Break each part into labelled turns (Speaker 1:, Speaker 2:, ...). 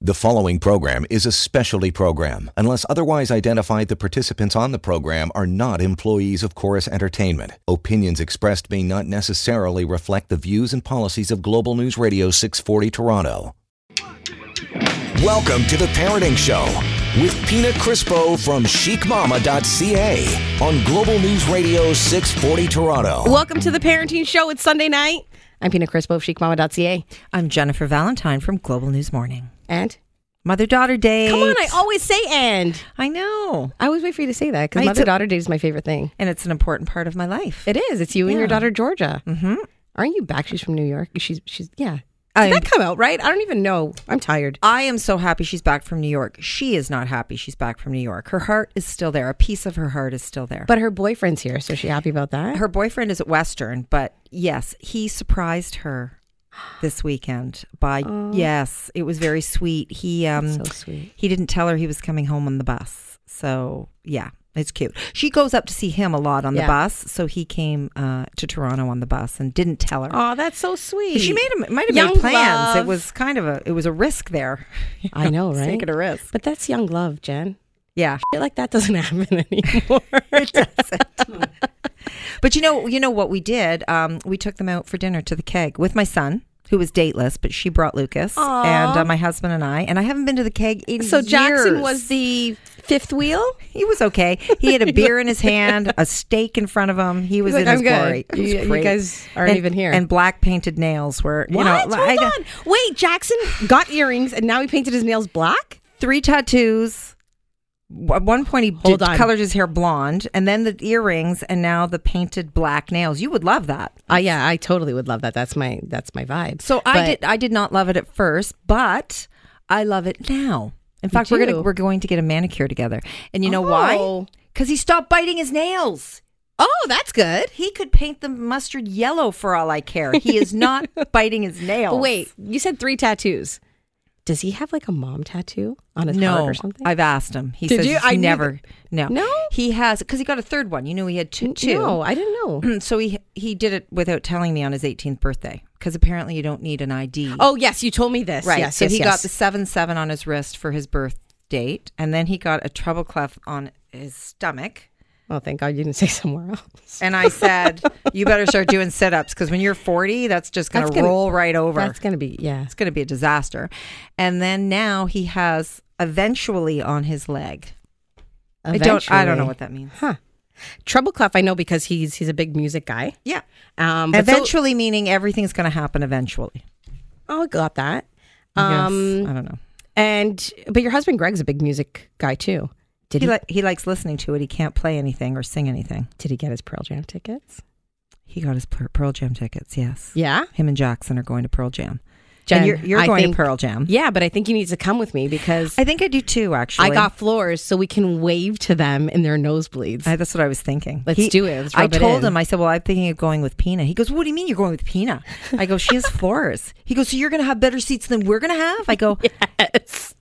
Speaker 1: The following program is a specialty program. Unless otherwise identified, the participants on the program are not employees of Chorus Entertainment. Opinions expressed may not necessarily reflect the views and policies of Global News Radio 640 Toronto. Welcome to The Parenting Show with Pina Crispo from chicmama.ca on Global News Radio 640 Toronto.
Speaker 2: Welcome to the Parenting Show. It's Sunday night. I'm Pina Crispo of chicmama.ca.
Speaker 3: I'm Jennifer Valentine from Global News Morning.
Speaker 2: And?
Speaker 3: Mother daughter day.
Speaker 2: Come on, I always say and.
Speaker 3: I know.
Speaker 2: I always wait for you to say that because
Speaker 3: I
Speaker 2: mother
Speaker 3: do-
Speaker 2: daughter date is my favorite thing.
Speaker 3: And it's an important part of my life.
Speaker 2: It is. It's you and your
Speaker 3: Yeah.
Speaker 2: daughter, Georgia.
Speaker 3: mm-hmm.
Speaker 2: Aren't you back? She's from New York. She's, she's, yeah. Did
Speaker 3: I-
Speaker 2: that come out right? I don't even know. I'm tired.
Speaker 3: I am so happy she's back from New York. She is not happy she's back from New York. Her heart is still there. A piece of her heart is still there.
Speaker 2: But her boyfriend's here, so she happy about that?
Speaker 3: her boyfriend is at Western, but yes, he surprised her this weekend by yes, it was very sweet. He um
Speaker 2: Oh. That's so sweet.
Speaker 3: he didn't tell her he was coming home on the bus. So, yeah, it's cute. She goes up to see him a lot on
Speaker 2: Yeah.
Speaker 3: the bus, so he came uh, to Toronto on the bus and didn't tell her.
Speaker 2: Oh, that's so sweet.
Speaker 3: She made him might have
Speaker 2: Young
Speaker 3: made plans.
Speaker 2: love.
Speaker 3: It was kind of a it was a risk there.
Speaker 2: I know,
Speaker 3: It's
Speaker 2: right?
Speaker 3: Taking a risk.
Speaker 2: But that's young love, Jen.
Speaker 3: Yeah.
Speaker 2: Shit like that doesn't happen anymore.
Speaker 3: But you know, you know what we did? Um, we took them out for dinner to the keg with my son, who was dateless, but she brought Lucas
Speaker 2: Aw.
Speaker 3: and uh, my husband and I. And I haven't been to the keg in
Speaker 2: so Jackson
Speaker 3: years.
Speaker 2: was the fifth wheel?
Speaker 3: he was okay. He had a beer in his hand, a steak in front of him. He was
Speaker 2: He's
Speaker 3: in
Speaker 2: like,
Speaker 3: his
Speaker 2: "I'm good.
Speaker 3: glory. It was
Speaker 2: You- you
Speaker 3: great.
Speaker 2: guys aren't
Speaker 3: And-
Speaker 2: even here.
Speaker 3: And black painted nails were you
Speaker 2: What?
Speaker 3: know
Speaker 2: Hold
Speaker 3: I got
Speaker 2: on. Wait, Jackson got earrings and now he painted his nails black?
Speaker 3: three tattoos. W- At one point, he
Speaker 2: Hold
Speaker 3: did-
Speaker 2: on.
Speaker 3: colored his hair blonde, and then the earrings, and now the painted black nails. You would love that.
Speaker 2: Uh, yeah, I totally would love that. That's my that's my vibe.
Speaker 3: So
Speaker 2: But-
Speaker 3: I did. I did not love it at first, but I love it now. In fact, we're
Speaker 2: do?
Speaker 3: gonna we're going to get a manicure together, and you know why?
Speaker 2: Oh.
Speaker 3: Because he stopped biting his nails.
Speaker 2: Oh, that's good.
Speaker 3: He could paint them mustard yellow for all I care. He is not biting his nails.
Speaker 2: But wait, you said three tattoos. Does he have like a mom tattoo on his
Speaker 3: no,
Speaker 2: heart or something?
Speaker 3: I've asked him. He
Speaker 2: Did
Speaker 3: says
Speaker 2: you? I knew
Speaker 3: never. No,
Speaker 2: No?
Speaker 3: He has because he got a third one. You know, he had two.
Speaker 2: N-
Speaker 3: two.
Speaker 2: No, I didn't know.
Speaker 3: so he he did it without telling me on his 18th birthday because apparently you don't need an ID.
Speaker 2: Oh yes, you told me this.
Speaker 3: right.
Speaker 2: Yes,
Speaker 3: so
Speaker 2: yes,
Speaker 3: he
Speaker 2: yes.
Speaker 3: got the seven seven on his wrist for his birth date, and then he got a treble clef on his stomach.
Speaker 2: Oh, thank God you didn't say somewhere else.
Speaker 3: And I said, "You better start doing sit ups because when you're 40, that's just going
Speaker 2: That's
Speaker 3: to
Speaker 2: gonna-
Speaker 3: roll right over.
Speaker 2: That's gonna be yeah.
Speaker 3: it's going to be a disaster." And then now he has eventually on his leg. I don't. I don't know
Speaker 2: Eventually.
Speaker 3: what that means.
Speaker 2: treble clef. I know because he's he's a big music guy.
Speaker 3: Yeah.
Speaker 2: Um, but so-
Speaker 3: Eventually, meaning everything's going to happen eventually.
Speaker 2: oh, I got that.
Speaker 3: I guess.
Speaker 2: Um,
Speaker 3: I don't know.
Speaker 2: and but your husband Greg's a big music guy too. Did
Speaker 3: He,
Speaker 2: he,
Speaker 3: li- he likes listening to it. He can't play anything or sing anything.
Speaker 2: did he get his Pearl Jam tickets?
Speaker 3: He got his Pe- Pearl Jam tickets. Yes.
Speaker 2: Yeah,
Speaker 3: Him and Jackson are going to Pearl Jam.
Speaker 2: Jen,
Speaker 3: and you're, you're
Speaker 2: I
Speaker 3: going
Speaker 2: think-
Speaker 3: to Pearl Jam.
Speaker 2: Yeah, but I think he needs to come with me because
Speaker 3: I think I do too. Actually,
Speaker 2: I got floors, so we can wave to them in their nosebleeds.
Speaker 3: I- that's what I was thinking.
Speaker 2: Let's do it. Let's
Speaker 3: I
Speaker 2: rub it
Speaker 3: told
Speaker 2: in.
Speaker 3: him. I said, "Well, I'm thinking of going with Pina." He goes, "What do you mean you're going with Pina?" I go, "She has floors." He goes, "So you're going to have better seats than we're going to have?" I go,
Speaker 2: yes.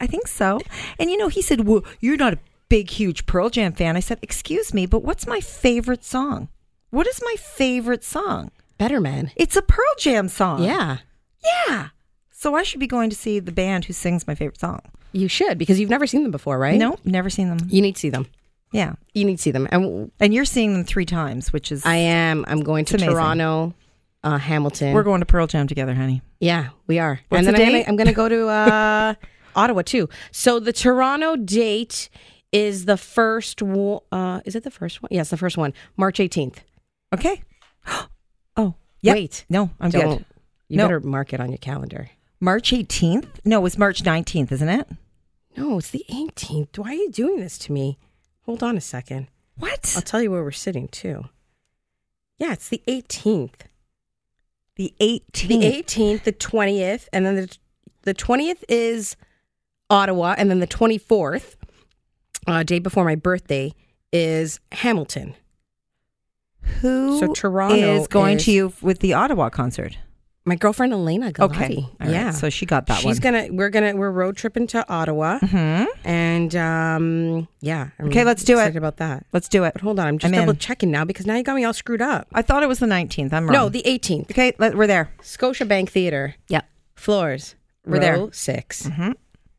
Speaker 3: I think so. And you know, he said, Well, you're not a big, huge Pearl Jam fan. I said, Excuse me, but what's my favorite song? What is my favorite song?
Speaker 2: Better man.
Speaker 3: It's a Pearl Jam song.
Speaker 2: Yeah,
Speaker 3: Yeah. So I should be going to see the band who sings my favorite song.
Speaker 2: you should because you've never seen them before, right?
Speaker 3: No, never seen them.
Speaker 2: You need to see them.
Speaker 3: Yeah.
Speaker 2: You need to see them. And
Speaker 3: And you're seeing them three times, which is
Speaker 2: I am. I'm going to
Speaker 3: It's amazing.
Speaker 2: Toronto, uh, Hamilton.
Speaker 3: we're going to Pearl Jam together, honey.
Speaker 2: Yeah, we are.
Speaker 3: What's
Speaker 2: and then
Speaker 3: the
Speaker 2: I'm,
Speaker 3: date?
Speaker 2: Gonna, I'm gonna go to uh, Ottawa too. So the Toronto date is the first. Wo- uh, is it the first one? Yes, the first one, March 18th.
Speaker 3: Okay. oh, yeah.
Speaker 2: Wait.
Speaker 3: No, I'm
Speaker 2: Don't-
Speaker 3: good.
Speaker 2: You
Speaker 3: No.
Speaker 2: better mark it on your calendar.
Speaker 3: March 18th? No, it's March 19th, isn't it?
Speaker 2: No, it's the 18th. Why are you doing this to me? Hold on a second.
Speaker 3: What?
Speaker 2: I'll tell you where we're sitting too. Yeah, it's the 18th.
Speaker 3: the 18th.
Speaker 2: The 18th, the 20th, and then the the 20th is Ottawa, and then the 24th, uh, day before my birthday, is Hamilton.
Speaker 3: Who
Speaker 2: So Toronto
Speaker 3: is going
Speaker 2: is-
Speaker 3: to you with the Ottawa concert?
Speaker 2: My girlfriend Elena Galati.
Speaker 3: Okay, All right.
Speaker 2: yeah.
Speaker 3: So she got that
Speaker 2: She's
Speaker 3: one.
Speaker 2: gonna. We're gonna. We're road tripping to Ottawa,
Speaker 3: hmm
Speaker 2: and um, yeah. I'm
Speaker 3: Okay, let's do it.
Speaker 2: excited About that.
Speaker 3: Let's do it.
Speaker 2: But hold on, I'm just
Speaker 3: I'm in.
Speaker 2: double checking now because now you got me all screwed up.
Speaker 3: I thought it was the nineteenth. I'm wrong.
Speaker 2: No, the 18th,
Speaker 3: okay, let, we're there.
Speaker 2: Scotiabank Theater,
Speaker 3: Yeah.
Speaker 2: floors.
Speaker 3: We're there.
Speaker 2: row 6
Speaker 3: Mhm.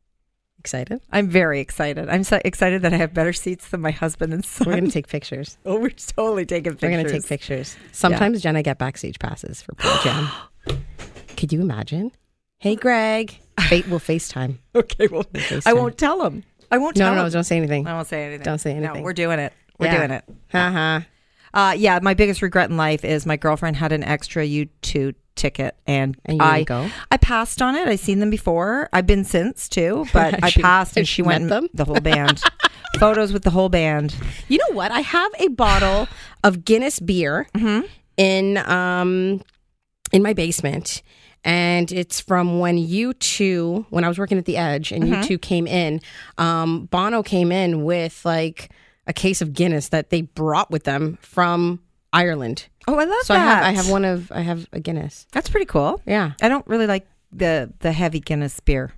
Speaker 2: Excited?
Speaker 3: I'm very excited. I'm so excited that I have better seats than my husband and son.
Speaker 2: We're going to take pictures.
Speaker 3: oh, we're totally taking pictures.
Speaker 2: We're going to take pictures. Sometimes Jen, I get backstage passes for Pearl Jam. Could you imagine? Hey, Greg. Fate will FaceTime.
Speaker 3: Okay, well, I won't tell him. I won't
Speaker 2: No,
Speaker 3: tell
Speaker 2: no,
Speaker 3: him.
Speaker 2: don't say anything.
Speaker 3: I won't say anything.
Speaker 2: Don't say
Speaker 3: No,
Speaker 2: anything.
Speaker 3: we're doing it. We're
Speaker 2: Yeah.
Speaker 3: doing it.
Speaker 2: Uh-huh.
Speaker 3: Uh, yeah, my biggest regret in life is my girlfriend had an extra U2 ticket and,
Speaker 2: And you
Speaker 3: I
Speaker 2: didn't go?
Speaker 3: I passed on it. I've seen them before. I've been since too, but I
Speaker 2: She-
Speaker 3: passed and
Speaker 2: she
Speaker 3: she went
Speaker 2: met
Speaker 3: and-
Speaker 2: them?
Speaker 3: the whole band. Photos with the whole band.
Speaker 2: You know what? I have a bottle of Guinness beer in um in my basement, and it's from when you two, when I was working at the Edge, and you two came in. Um, Bono came in with like a case of Guinness that they brought with them from Ireland.
Speaker 3: Oh, I love
Speaker 2: So I
Speaker 3: that.
Speaker 2: have I have one of I have a Guinness.
Speaker 3: That's pretty cool.
Speaker 2: Yeah,
Speaker 3: I don't really like the the heavy Guinness beer.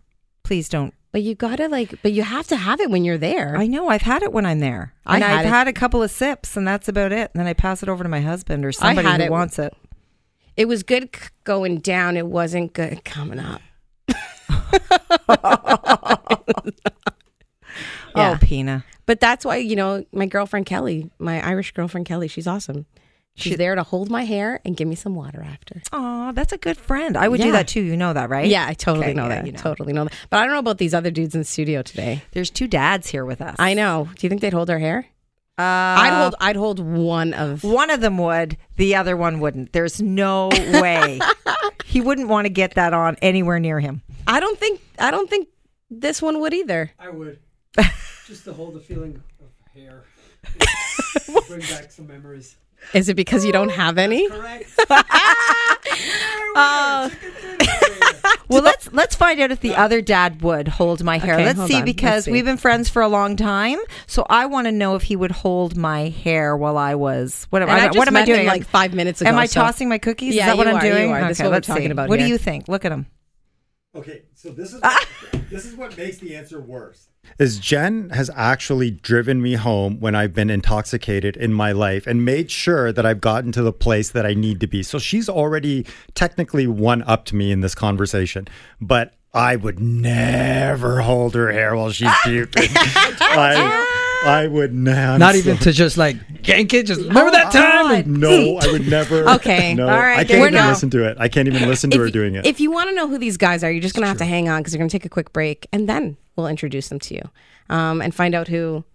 Speaker 3: Please don't.
Speaker 2: but you gotta like, but you have to have it when you're there.
Speaker 3: I know I've had it when I'm there,
Speaker 2: I
Speaker 3: and
Speaker 2: had
Speaker 3: I've
Speaker 2: it.
Speaker 3: had a couple of sips, and that's about it. And then I pass it over to my husband or somebody
Speaker 2: had
Speaker 3: who
Speaker 2: it-
Speaker 3: wants it.
Speaker 2: it was good c- going down. It wasn't good coming up. Yeah.
Speaker 3: Oh, Pina.
Speaker 2: But that's why, you know, my girlfriend Kelly, my Irish girlfriend Kelly, she's awesome. She's there to hold my hair and give me some water after.
Speaker 3: Oh, that's a good friend. I would do
Speaker 2: Yeah.
Speaker 3: that too. You know that, right?
Speaker 2: Yeah, I totally
Speaker 3: Okay,
Speaker 2: know
Speaker 3: yeah,
Speaker 2: that.
Speaker 3: you know.
Speaker 2: Totally know that. But I don't know about these other dudes in the studio today.
Speaker 3: There's two dads here with us.
Speaker 2: I know. Do you think they'd hold our hair?
Speaker 3: Uh,
Speaker 2: I'd hold I'd hold one of
Speaker 3: one of them would, the other one wouldn't. There's no way he wouldn't want to get that on anywhere near him.
Speaker 2: I don't think I don't think this one would either.
Speaker 4: I would. Just to hold the feeling of hair. Bring back some memories.
Speaker 2: Is it because you don't have any?
Speaker 4: Correct.
Speaker 3: Well, let's let's find out if the other dad would hold my hair.
Speaker 2: Okay,
Speaker 3: let's
Speaker 2: hold
Speaker 3: see
Speaker 2: on.
Speaker 3: because
Speaker 2: Let's see.
Speaker 3: we've been friends for a long time, so I want to know if he would hold my hair while I was. What am
Speaker 2: And
Speaker 3: I?
Speaker 2: I just
Speaker 3: what am I
Speaker 2: met him,
Speaker 3: doing?
Speaker 2: like, five minutes
Speaker 3: Am
Speaker 2: ago,
Speaker 3: I
Speaker 2: so-
Speaker 3: tossing my cookies?
Speaker 2: Yeah,
Speaker 3: is that what
Speaker 2: you
Speaker 3: I'm
Speaker 2: are, you
Speaker 3: doing?
Speaker 2: are. This is what we're
Speaker 3: let's
Speaker 2: talking
Speaker 3: see.
Speaker 2: about
Speaker 3: What do
Speaker 2: here.
Speaker 3: you think? Look at him.
Speaker 5: Okay, so this is
Speaker 4: Ah.
Speaker 5: what, this is what makes the answer worse. Is Jen has actually driven me home when I've been intoxicated in my life and made sure that I've gotten to the place that I need to be. So she's already technically one up to me in this conversation, but I would never hold her hair while she's puking. I, I would never.
Speaker 4: Not even to just like gank it. Just remember
Speaker 3: Oh
Speaker 4: that time.
Speaker 5: No, I would never.
Speaker 2: Okay,
Speaker 5: No,
Speaker 2: all right,
Speaker 5: I
Speaker 2: there
Speaker 5: can't
Speaker 2: you
Speaker 5: even
Speaker 2: go.
Speaker 5: listen to it. I can't even listen to her
Speaker 2: you-
Speaker 5: doing it.
Speaker 2: If you want to know who these guys are, you're just going to have to hang on because we're going to take a quick break and then we'll introduce them to you um, and find out who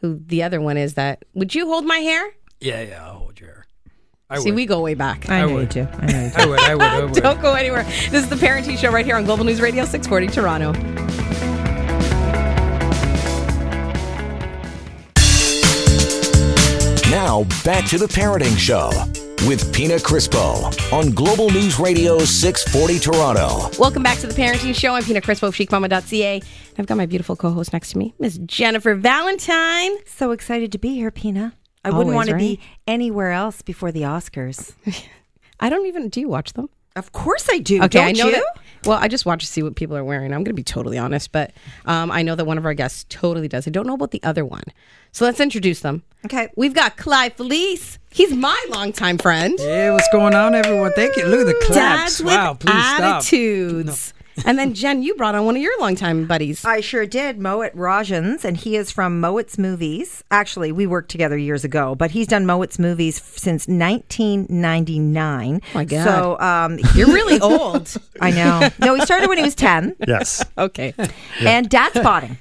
Speaker 2: who the other one is. That would you hold my hair?
Speaker 4: Yeah, yeah. I'll hold your hair. I
Speaker 2: See,
Speaker 4: would.
Speaker 2: we go way back.
Speaker 3: I, know
Speaker 4: would.
Speaker 3: you do. I know you do.
Speaker 4: I would. I would. I would.
Speaker 2: Don't go anywhere. This is the Parenting Show right here on Global News Radio 640 Toronto.
Speaker 1: Now, back to the Parenting Show with Pina Crispo on Global News Radio 640 Toronto.
Speaker 2: Welcome back to the Parenting Show. I'm Pina Crispo of chicmama.ca. And I've got my beautiful co host next to me, Miss Jennifer Valentine.
Speaker 3: So excited to be here, Pina. I wouldn't
Speaker 2: Always,
Speaker 3: want to
Speaker 2: right?
Speaker 3: be anywhere else before the Oscars.
Speaker 2: I don't even, do you watch them?
Speaker 3: Of course I do.
Speaker 2: Okay,
Speaker 3: Don't
Speaker 2: I know
Speaker 3: you?
Speaker 2: that. Well, I just watch to see what people are wearing. I'm going to be totally honest, but um, I know that one of our guests totally does. I don't know about the other one, so let's introduce them.
Speaker 3: Okay.
Speaker 2: we've got Clive Felice. He's my longtime friend.
Speaker 4: Yeah, what's going on, everyone? Thank you. Look at the claps.
Speaker 2: Dads
Speaker 4: wow,
Speaker 2: with
Speaker 4: please stop.
Speaker 2: attitudes. and then Jen, you brought on one of your longtime buddies.
Speaker 3: I sure did. Moet Rajans, and he is from Moet's Movies. Actually, we worked together years ago, but he's done Moet's Movies f- since 1999.
Speaker 2: Oh my God.
Speaker 3: So um,
Speaker 2: You're really old.
Speaker 3: I know. No, he started when he was 10,
Speaker 5: yes.
Speaker 2: Okay.
Speaker 3: and dad spotting.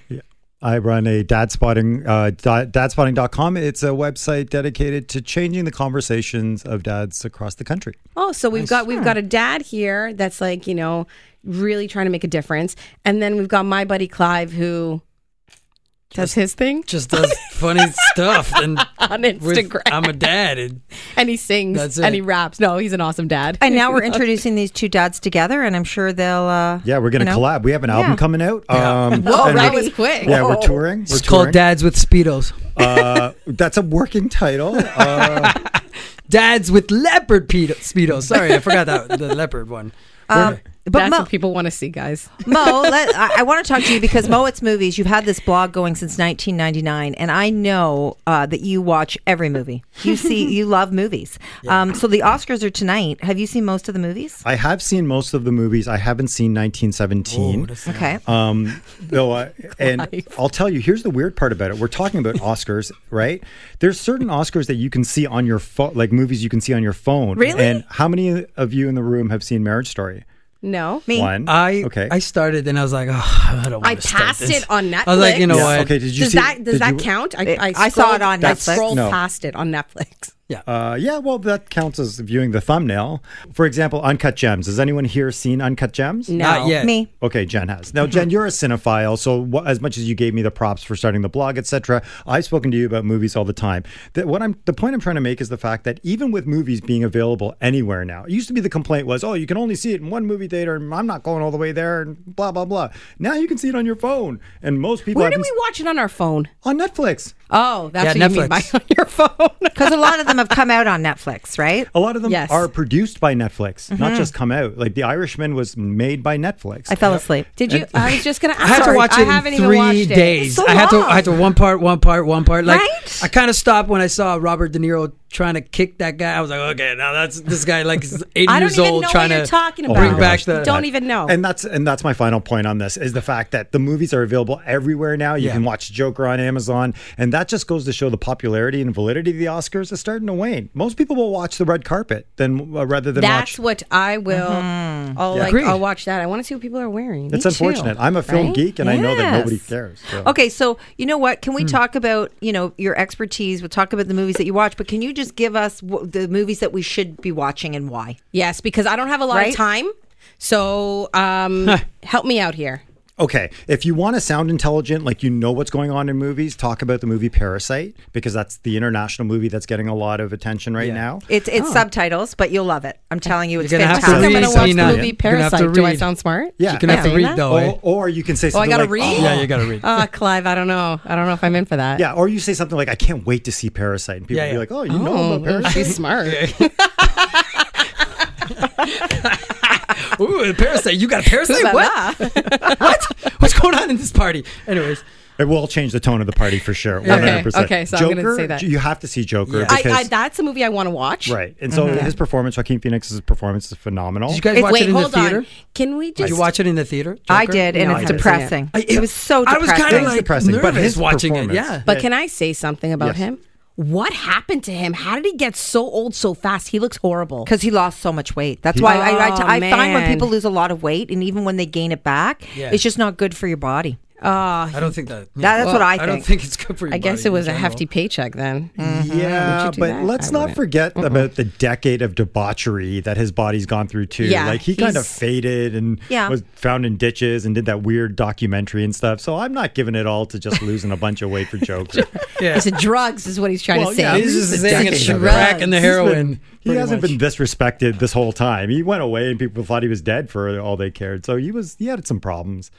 Speaker 5: I run a dad spotting, uh, da- dadspotting.com. It's a website dedicated to changing the conversations of dads across the country.
Speaker 2: Oh, so we've got we've got a dad here that's like you know really trying to make a difference, and then we've got my buddy Clive who does his thing
Speaker 4: Just does funny stuff. And
Speaker 2: on
Speaker 4: with,
Speaker 2: Instagram.
Speaker 4: I'm a dad. And
Speaker 2: and he sings
Speaker 4: That's
Speaker 2: and
Speaker 4: it.
Speaker 2: he raps. No, he's an awesome dad.
Speaker 3: And now we're introducing these two dads together, and I'm sure they'll. Uh,
Speaker 5: Yeah, we're going to
Speaker 3: you know?
Speaker 5: collab. We have an album
Speaker 3: Yeah.
Speaker 5: coming out. Um,
Speaker 2: Whoa,
Speaker 5: and
Speaker 2: that
Speaker 5: we're-
Speaker 2: was quick.
Speaker 5: Yeah, we're touring. We're
Speaker 4: it's called
Speaker 5: touring.
Speaker 4: Dads with Speedos.
Speaker 5: Uh, that's a working title. Uh,
Speaker 4: Dads with leopard pedo- speedos. Sorry, I forgot that the leopard one.
Speaker 3: Um, But
Speaker 2: That's
Speaker 3: Mo,
Speaker 2: what people want to see, guys.
Speaker 3: Mo let, I, I want to talk to you because Mo, it's movies. You've had this blog going since 1999, and I know uh, that you watch every movie. You see, you love movies. Um, so the Oscars are tonight. Have you seen most of the movies?
Speaker 5: I have seen most of the movies. I haven't seen
Speaker 4: Oh,
Speaker 5: 1917.
Speaker 3: Okay.
Speaker 5: Um, though, I, and I'll tell you, here's the weird part about it. We're talking about Oscars, right? There's certain Oscars that you can see on your phone, like movies you can see on your phone.
Speaker 3: Really?
Speaker 5: And how many of you in the room have seen Marriage Story?
Speaker 2: No.
Speaker 3: Me.
Speaker 5: One.
Speaker 6: I
Speaker 5: okay.
Speaker 6: I started and I was like, oh, I don't.
Speaker 2: I
Speaker 6: wanna start
Speaker 2: passed
Speaker 6: this."
Speaker 2: it on
Speaker 6: I was like, you know
Speaker 5: Yeah,
Speaker 6: what?
Speaker 5: Okay. Did you
Speaker 2: Does
Speaker 5: see?
Speaker 2: that does
Speaker 5: did
Speaker 2: that
Speaker 5: you-
Speaker 2: count? I,
Speaker 3: It-
Speaker 2: I,
Speaker 3: I saw it
Speaker 2: scrolled-
Speaker 3: on
Speaker 2: I
Speaker 3: Netflix.
Speaker 2: scrolled
Speaker 5: No.
Speaker 2: past it on Netflix.
Speaker 5: Uh, yeah. Well, that counts as viewing the thumbnail. For example, Uncut Gems. Has anyone here seen Uncut Gems?
Speaker 6: Not yet.
Speaker 3: Me.
Speaker 5: Okay, Jen has. Now, Jen, you're a cinephile, so wh- as much as you gave me the props for starting the blog, etc., I've spoken to you about movies all the time. The, what I'm, the point I'm trying to make is the fact that even with movies being available anywhere now, it used to be the complaint was, oh, you can only see it in one movie theater, and I'm not going all the way there, and blah blah blah. Now you can see it on your phone, and most people
Speaker 2: Where do
Speaker 5: haven't
Speaker 2: we watch it on our phone?
Speaker 5: s- on Netflix.
Speaker 2: Oh, that's
Speaker 6: Yeah,
Speaker 2: what you mean by
Speaker 6: Netflix.
Speaker 2: on your phone.
Speaker 3: Because a lot of them have come out on Netflix, right?
Speaker 5: A lot of them
Speaker 2: Yes. Mm-hmm.
Speaker 5: are produced by Netflix, not just come out. Like The Irishman was made by Netflix.
Speaker 3: I fell asleep.
Speaker 2: Did you? I was just gonna.
Speaker 6: I had to watch it
Speaker 2: I haven't
Speaker 6: in
Speaker 2: even
Speaker 6: three
Speaker 2: watched
Speaker 6: days.
Speaker 3: so
Speaker 6: I had to I had to
Speaker 3: long.
Speaker 6: one part, one part, one part. Like
Speaker 3: Right?
Speaker 6: I kind of stopped when I saw Robert De Niro trying to kick that guy. I was like, okay, now that's this guy like is eighty
Speaker 2: I don't
Speaker 6: years
Speaker 2: even
Speaker 6: old
Speaker 2: know
Speaker 6: trying
Speaker 2: what
Speaker 6: to
Speaker 2: you're talking
Speaker 5: Oh
Speaker 2: about.
Speaker 5: my
Speaker 6: bring back
Speaker 5: gosh.
Speaker 6: the.
Speaker 2: Don't even know.
Speaker 5: And that's and that's my final point on this is the fact that the movies are available everywhere now. You
Speaker 6: Yeah.
Speaker 5: can watch Joker on Amazon, and that just goes to show the popularity and validity of the Oscars is starting to wane. Most people will watch the red carpet than uh, rather than
Speaker 2: That's
Speaker 5: watch.
Speaker 2: what I will. I'll like.
Speaker 6: Agreed.
Speaker 2: I'll watch that. I want to see what people are wearing.
Speaker 5: It's unfortunate. I'm a film
Speaker 2: right?
Speaker 5: geek, and I know that
Speaker 3: Yes.
Speaker 5: nobody cares. so.
Speaker 3: Okay, so you know what?
Speaker 6: Hmm.
Speaker 3: Can we talk about you know your expertise? We'll talk about the movies that you watch, but can you just give us w- the movies that we should be watching and why?
Speaker 2: Yes, because I don't have a lot
Speaker 3: Right?
Speaker 2: of time. So um, help me out here.
Speaker 5: Okay, if you want to sound intelligent, like you know what's going on in movies, talk about the movie Parasite because that's the international movie that's getting a lot of attention right now.
Speaker 3: It's it's subtitles, but you'll love it. I'm telling you, it's
Speaker 6: Oh. You're gonna have to
Speaker 2: I think I'm
Speaker 3: fantastic.
Speaker 2: going
Speaker 6: read,
Speaker 2: to watch
Speaker 6: Selena.
Speaker 2: the movie
Speaker 6: You're gonna have to
Speaker 2: Parasite. Do I
Speaker 6: read.
Speaker 2: sound smart?
Speaker 5: Yeah,
Speaker 6: you can have to
Speaker 2: Yeah.
Speaker 6: read though. eh?
Speaker 5: Or, or you can say something
Speaker 2: gotta
Speaker 5: like,
Speaker 2: read?
Speaker 5: "Oh,
Speaker 6: yeah, you gotta read.
Speaker 2: Ah, Clive, I don't know. I don't know if I'm in for that.
Speaker 5: Yeah, or you say something like, "I can't wait to see Parasite," and people
Speaker 6: Yeah,
Speaker 5: be
Speaker 6: yeah.
Speaker 5: like, "Oh, you know about
Speaker 2: Oh,
Speaker 5: Parasite."
Speaker 2: she's smart.
Speaker 5: Oh.
Speaker 6: Ooh, a parasite! You got a parasite?
Speaker 2: Ooh,
Speaker 6: what?
Speaker 2: ah.
Speaker 6: what? What's going on in this party? Anyways,
Speaker 5: It will change the tone of the party for sure.
Speaker 2: Okay,
Speaker 5: 100%.
Speaker 2: okay, so I'm
Speaker 5: Joker,
Speaker 2: gonna say that.
Speaker 5: you have to see Joker
Speaker 6: Yeah.
Speaker 2: I,
Speaker 5: because
Speaker 2: I, that's a movie I want to watch.
Speaker 5: right, and so
Speaker 2: Mm-hmm.
Speaker 5: his performance, Joaquin Phoenix's performance, is phenomenal.
Speaker 6: did you guys
Speaker 2: It-
Speaker 6: watch
Speaker 2: wait,
Speaker 6: it in
Speaker 2: hold
Speaker 6: the theater?
Speaker 2: on. Can we
Speaker 6: Did
Speaker 2: just?
Speaker 6: you watch it in the theater?
Speaker 3: I
Speaker 6: Joker?
Speaker 3: did, and
Speaker 2: No, I
Speaker 3: it's
Speaker 2: haven't seen
Speaker 3: depressing.
Speaker 6: I-
Speaker 3: It. was so
Speaker 6: I
Speaker 3: depressing.
Speaker 6: was kind of
Speaker 5: was
Speaker 6: like
Speaker 5: depressing, but
Speaker 6: nervous
Speaker 5: his
Speaker 6: watching it.
Speaker 5: performance-
Speaker 6: Yeah,
Speaker 2: But can I say something about
Speaker 5: Yes.
Speaker 2: him? What happened to him? How did he get so old so fast? He looks horrible.
Speaker 3: because he lost so much weight. That's why I, I,
Speaker 2: Oh,
Speaker 3: I find when
Speaker 2: man.
Speaker 3: people lose a lot of weight, and even when they gain it back,
Speaker 6: Yeah.
Speaker 3: it's just not good for your body.
Speaker 6: I don't think that.
Speaker 3: That- that's what I
Speaker 6: I don't
Speaker 3: think.
Speaker 6: think it's good for you.
Speaker 2: I guess it was a hefty paycheck then.
Speaker 6: Mm.
Speaker 5: Yeah,
Speaker 2: Mm-hmm. Would you do
Speaker 5: but
Speaker 2: that?
Speaker 5: let's
Speaker 2: I
Speaker 5: not
Speaker 2: wouldn't.
Speaker 5: forget about the decade of debauchery that his body's gone through too.
Speaker 2: Yeah,
Speaker 5: like he kind of
Speaker 2: he's-
Speaker 5: faded and
Speaker 3: Yeah.
Speaker 5: was found in ditches and did that weird documentary and stuff. So I'm not giving it all to just losing a bunch of weight for Joker.
Speaker 6: Yeah.
Speaker 2: It's a drugs is what he's trying
Speaker 5: Well,
Speaker 2: to say.
Speaker 5: yeah,
Speaker 6: He's just
Speaker 5: He's
Speaker 6: saying
Speaker 5: addicted
Speaker 6: it's
Speaker 5: to
Speaker 6: crack and the
Speaker 5: He's been-
Speaker 6: heroin.
Speaker 5: he
Speaker 6: pretty
Speaker 5: hasn't
Speaker 6: much.
Speaker 5: been disrespected this whole time. He went away and people thought he was dead for all they cared. So he was he had some problems.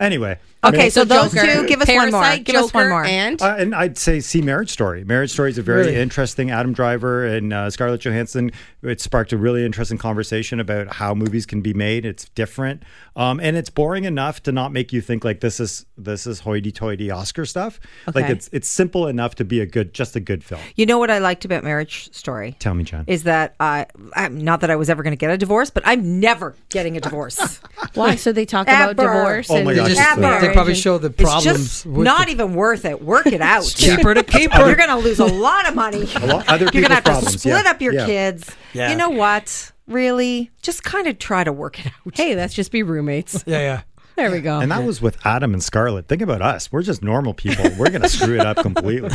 Speaker 5: Anyway. I mean,
Speaker 3: Okay, so those two, give us one more.
Speaker 2: Parasite,
Speaker 3: Give us one
Speaker 2: Joker,
Speaker 3: more.
Speaker 2: And
Speaker 5: uh, and I'd say see Marriage Story. Marriage Story is a very
Speaker 6: Really?
Speaker 5: interesting Adam Driver and uh, Scarlett Johansson. It sparked a really interesting conversation about how movies can be made. It's different, um, and it's boring enough to not make you think like this is this is hoity-toity Oscar stuff. Like
Speaker 2: Okay.
Speaker 5: it's it's simple enough to be a good just a good film.
Speaker 3: You know what I liked about Marriage Story?
Speaker 5: Tell me, John.
Speaker 3: Is that I? I'm not that I was ever going to get a divorce, but I'm never getting a divorce.
Speaker 2: why? So they talk about
Speaker 3: Ever.
Speaker 2: divorce.
Speaker 5: Oh
Speaker 2: and
Speaker 5: my
Speaker 6: They,
Speaker 5: gosh,
Speaker 6: just-
Speaker 5: Ever.
Speaker 6: they probably show the
Speaker 3: it's
Speaker 6: problems.
Speaker 3: just
Speaker 6: with
Speaker 3: not
Speaker 6: the-
Speaker 3: even worth it. Work it out.
Speaker 6: cheaper to keep her.
Speaker 3: You're going to lose a lot of money.
Speaker 5: A lot- other
Speaker 3: You're gonna
Speaker 5: people's
Speaker 3: have to
Speaker 5: problems,
Speaker 3: split
Speaker 5: yeah.
Speaker 3: up your
Speaker 5: Yeah.
Speaker 3: kids.
Speaker 6: Yeah.
Speaker 3: You know what? Really, just kind of try to work it out.
Speaker 2: Hey, let's just be roommates.
Speaker 6: yeah, yeah.
Speaker 2: There we go.
Speaker 5: And that was with Adam and Scarlett. Think about us. We're just normal people. We're gonna screw it up completely.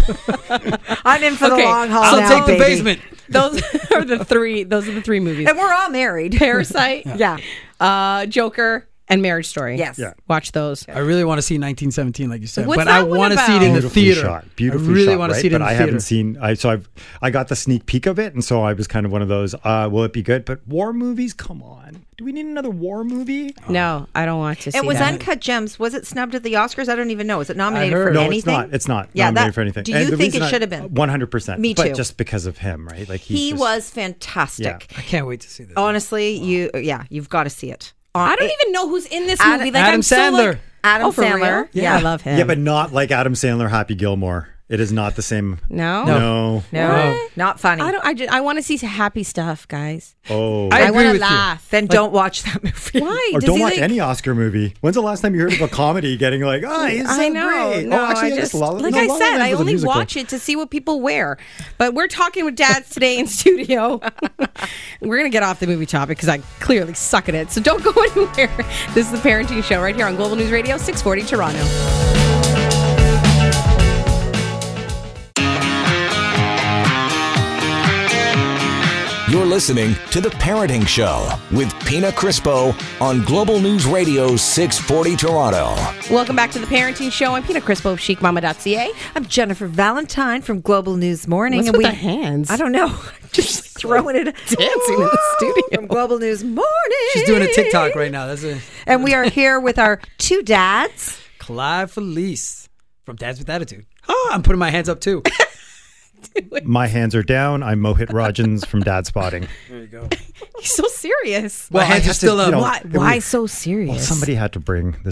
Speaker 3: I'm in for the long haul.
Speaker 6: I'll
Speaker 3: now,
Speaker 6: take the
Speaker 3: baby.
Speaker 6: basement.
Speaker 2: those are the three. Those are the three movies:
Speaker 3: And we're all married.
Speaker 2: Parasite,
Speaker 3: Yeah.
Speaker 2: uh, Joker, and Marriage Story.
Speaker 3: Yes. Yeah.
Speaker 2: watch those.
Speaker 6: I really want to see 1917, like you said,
Speaker 2: What's
Speaker 6: but I
Speaker 2: that one
Speaker 6: want to see it in the
Speaker 5: Beautifully
Speaker 6: theater.
Speaker 5: shot. Beautifully
Speaker 6: I really
Speaker 5: shot,
Speaker 6: want to
Speaker 5: right?
Speaker 6: see it in the
Speaker 5: but I
Speaker 6: theater.
Speaker 5: haven't seen. I so I've I got the sneak peek of it, and so I was kind of one of those. Uh, will it be good? But war movies, come on. Do we need another war movie?
Speaker 2: No, I don't want to see
Speaker 3: It was
Speaker 2: that.
Speaker 3: Uncut Gems. Was it snubbed at the Oscars? I don't even know. Is it nominated
Speaker 6: I
Speaker 3: for
Speaker 6: heard.
Speaker 5: No,
Speaker 3: anything?
Speaker 5: it's not. It's not
Speaker 3: Yeah,
Speaker 5: nominated
Speaker 3: that-
Speaker 5: for anything.
Speaker 3: Do you think it should have been?
Speaker 5: One hundred percent.
Speaker 3: Me too.
Speaker 5: But just because of him, right? Like he's
Speaker 3: he
Speaker 5: just-
Speaker 3: was fantastic.
Speaker 2: Oh,
Speaker 6: I can't wait to see this.
Speaker 3: Honestly, you yeah, you've got to see it. on-
Speaker 2: I don't even know who's in this
Speaker 3: Adam-
Speaker 2: movie. Like
Speaker 6: Adam
Speaker 2: I'm so like,
Speaker 6: Sandler.
Speaker 3: Adam
Speaker 2: Oh, for
Speaker 3: Sandler.
Speaker 2: real?
Speaker 3: Yeah. I love him.
Speaker 5: Yeah, but not like Adam Sandler, Happy Gilmore. It is not the same.
Speaker 2: no,
Speaker 5: No.
Speaker 3: no,
Speaker 6: What?
Speaker 3: not funny.
Speaker 2: I don't. I, just, I want to see happy stuff, guys.
Speaker 5: Oh.
Speaker 6: I
Speaker 2: I,
Speaker 6: agree
Speaker 2: want to
Speaker 6: with you.
Speaker 2: laugh.
Speaker 3: then don't watch that movie.
Speaker 2: Why?
Speaker 5: or
Speaker 2: Does
Speaker 5: don't
Speaker 2: he,
Speaker 5: watch
Speaker 2: like-
Speaker 5: any Oscar movie. When's the last time you heard of a comedy getting like, oh, he's so
Speaker 2: I know.
Speaker 5: great?
Speaker 2: No,
Speaker 5: oh, actually,
Speaker 2: I
Speaker 5: yes,
Speaker 2: just,
Speaker 5: La-
Speaker 2: like
Speaker 5: no,
Speaker 2: I
Speaker 5: La La
Speaker 2: said,
Speaker 5: Land
Speaker 2: I
Speaker 5: was a
Speaker 2: only
Speaker 5: musical.
Speaker 2: watch it to see what people wear. But we're talking with dads today in studio. we're gonna get off the movie topic because I clearly suck at it. So don't go anywhere. This is the Parenting Show right here on Global News Radio 640 Toronto.
Speaker 1: You're listening to The Parenting Show with Pina Crispo on Global News Radio 640 Toronto.
Speaker 2: Welcome back to the Parenting Show. I'm Pina Crispo of ChicMama.ca.
Speaker 3: I'm Jennifer Valentine from Global News Morning,
Speaker 2: What's
Speaker 3: and
Speaker 2: with
Speaker 3: we
Speaker 2: the hands?
Speaker 3: I don't know. I'm just throwing it
Speaker 2: dancing in the studio.
Speaker 3: from Global News Morning.
Speaker 6: She's doing a TikTok right now. That's a
Speaker 3: and we are here with our two dads.
Speaker 6: Clive Felice from Dads with Attitude. Oh, I'm putting my hands up too.
Speaker 5: My hands are down. I'm Mohit Rajans from Dad Spotting.
Speaker 2: He's so serious.
Speaker 6: My hands are
Speaker 5: I have to,
Speaker 6: still
Speaker 5: you
Speaker 6: up.
Speaker 5: know,
Speaker 2: Why?
Speaker 5: it
Speaker 2: Why
Speaker 5: was-
Speaker 2: so serious?
Speaker 5: Well, somebody had to bring the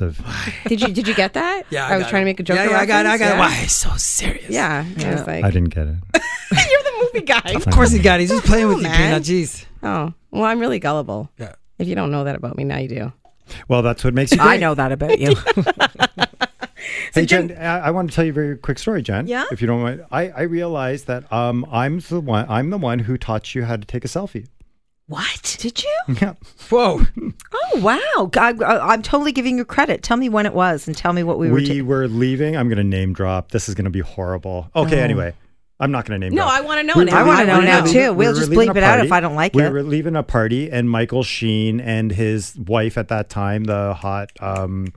Speaker 5: of.
Speaker 2: did you did you get that?
Speaker 6: Yeah,
Speaker 2: I, was
Speaker 6: got
Speaker 2: trying to
Speaker 6: it.
Speaker 2: make a joke.
Speaker 6: Yeah, yeah I got it. I got it.
Speaker 2: reference,
Speaker 6: Why so serious?
Speaker 2: Yeah, yeah. I was like,
Speaker 5: I didn't get it.
Speaker 2: you're the movie guy.
Speaker 6: Of course he got it. He's just playing with
Speaker 2: on,
Speaker 6: you, Pina.
Speaker 2: man.
Speaker 6: Jeez.
Speaker 2: Oh, well, I'm really gullible.
Speaker 6: Yeah.
Speaker 2: If you don't know that about me, now you do.
Speaker 5: Well, that's what makes you.
Speaker 3: I know that about you.
Speaker 5: Hey, Jen, I, I want to tell you a very quick story, Jen.
Speaker 3: Yeah?
Speaker 5: If you don't mind, I, I realized that um, I'm the one. I'm the one who taught you how to take a selfie.
Speaker 3: what did you?
Speaker 5: Yeah.
Speaker 6: Whoa.
Speaker 3: Oh wow! I, I, am totally giving you credit. Tell me when it was, and tell me what we, were.
Speaker 5: we
Speaker 3: ta-
Speaker 5: were leaving. I'm going to name drop. This is going to be horrible.
Speaker 3: Oh.
Speaker 5: Okay, anyway. I'm not going to name
Speaker 2: No,
Speaker 5: drop.
Speaker 2: I wanna know
Speaker 5: We were
Speaker 2: now. I
Speaker 5: leaving-
Speaker 2: wanna
Speaker 5: we
Speaker 2: know
Speaker 5: were
Speaker 2: now,
Speaker 5: leaving-
Speaker 3: too.
Speaker 5: we
Speaker 3: We'll
Speaker 5: were
Speaker 3: just
Speaker 5: leaving
Speaker 3: bleep
Speaker 5: a
Speaker 3: it out if
Speaker 5: party.
Speaker 3: I don't like it.
Speaker 5: We were leaving a party, and Michael Sheen and his wife at that time, the hot um,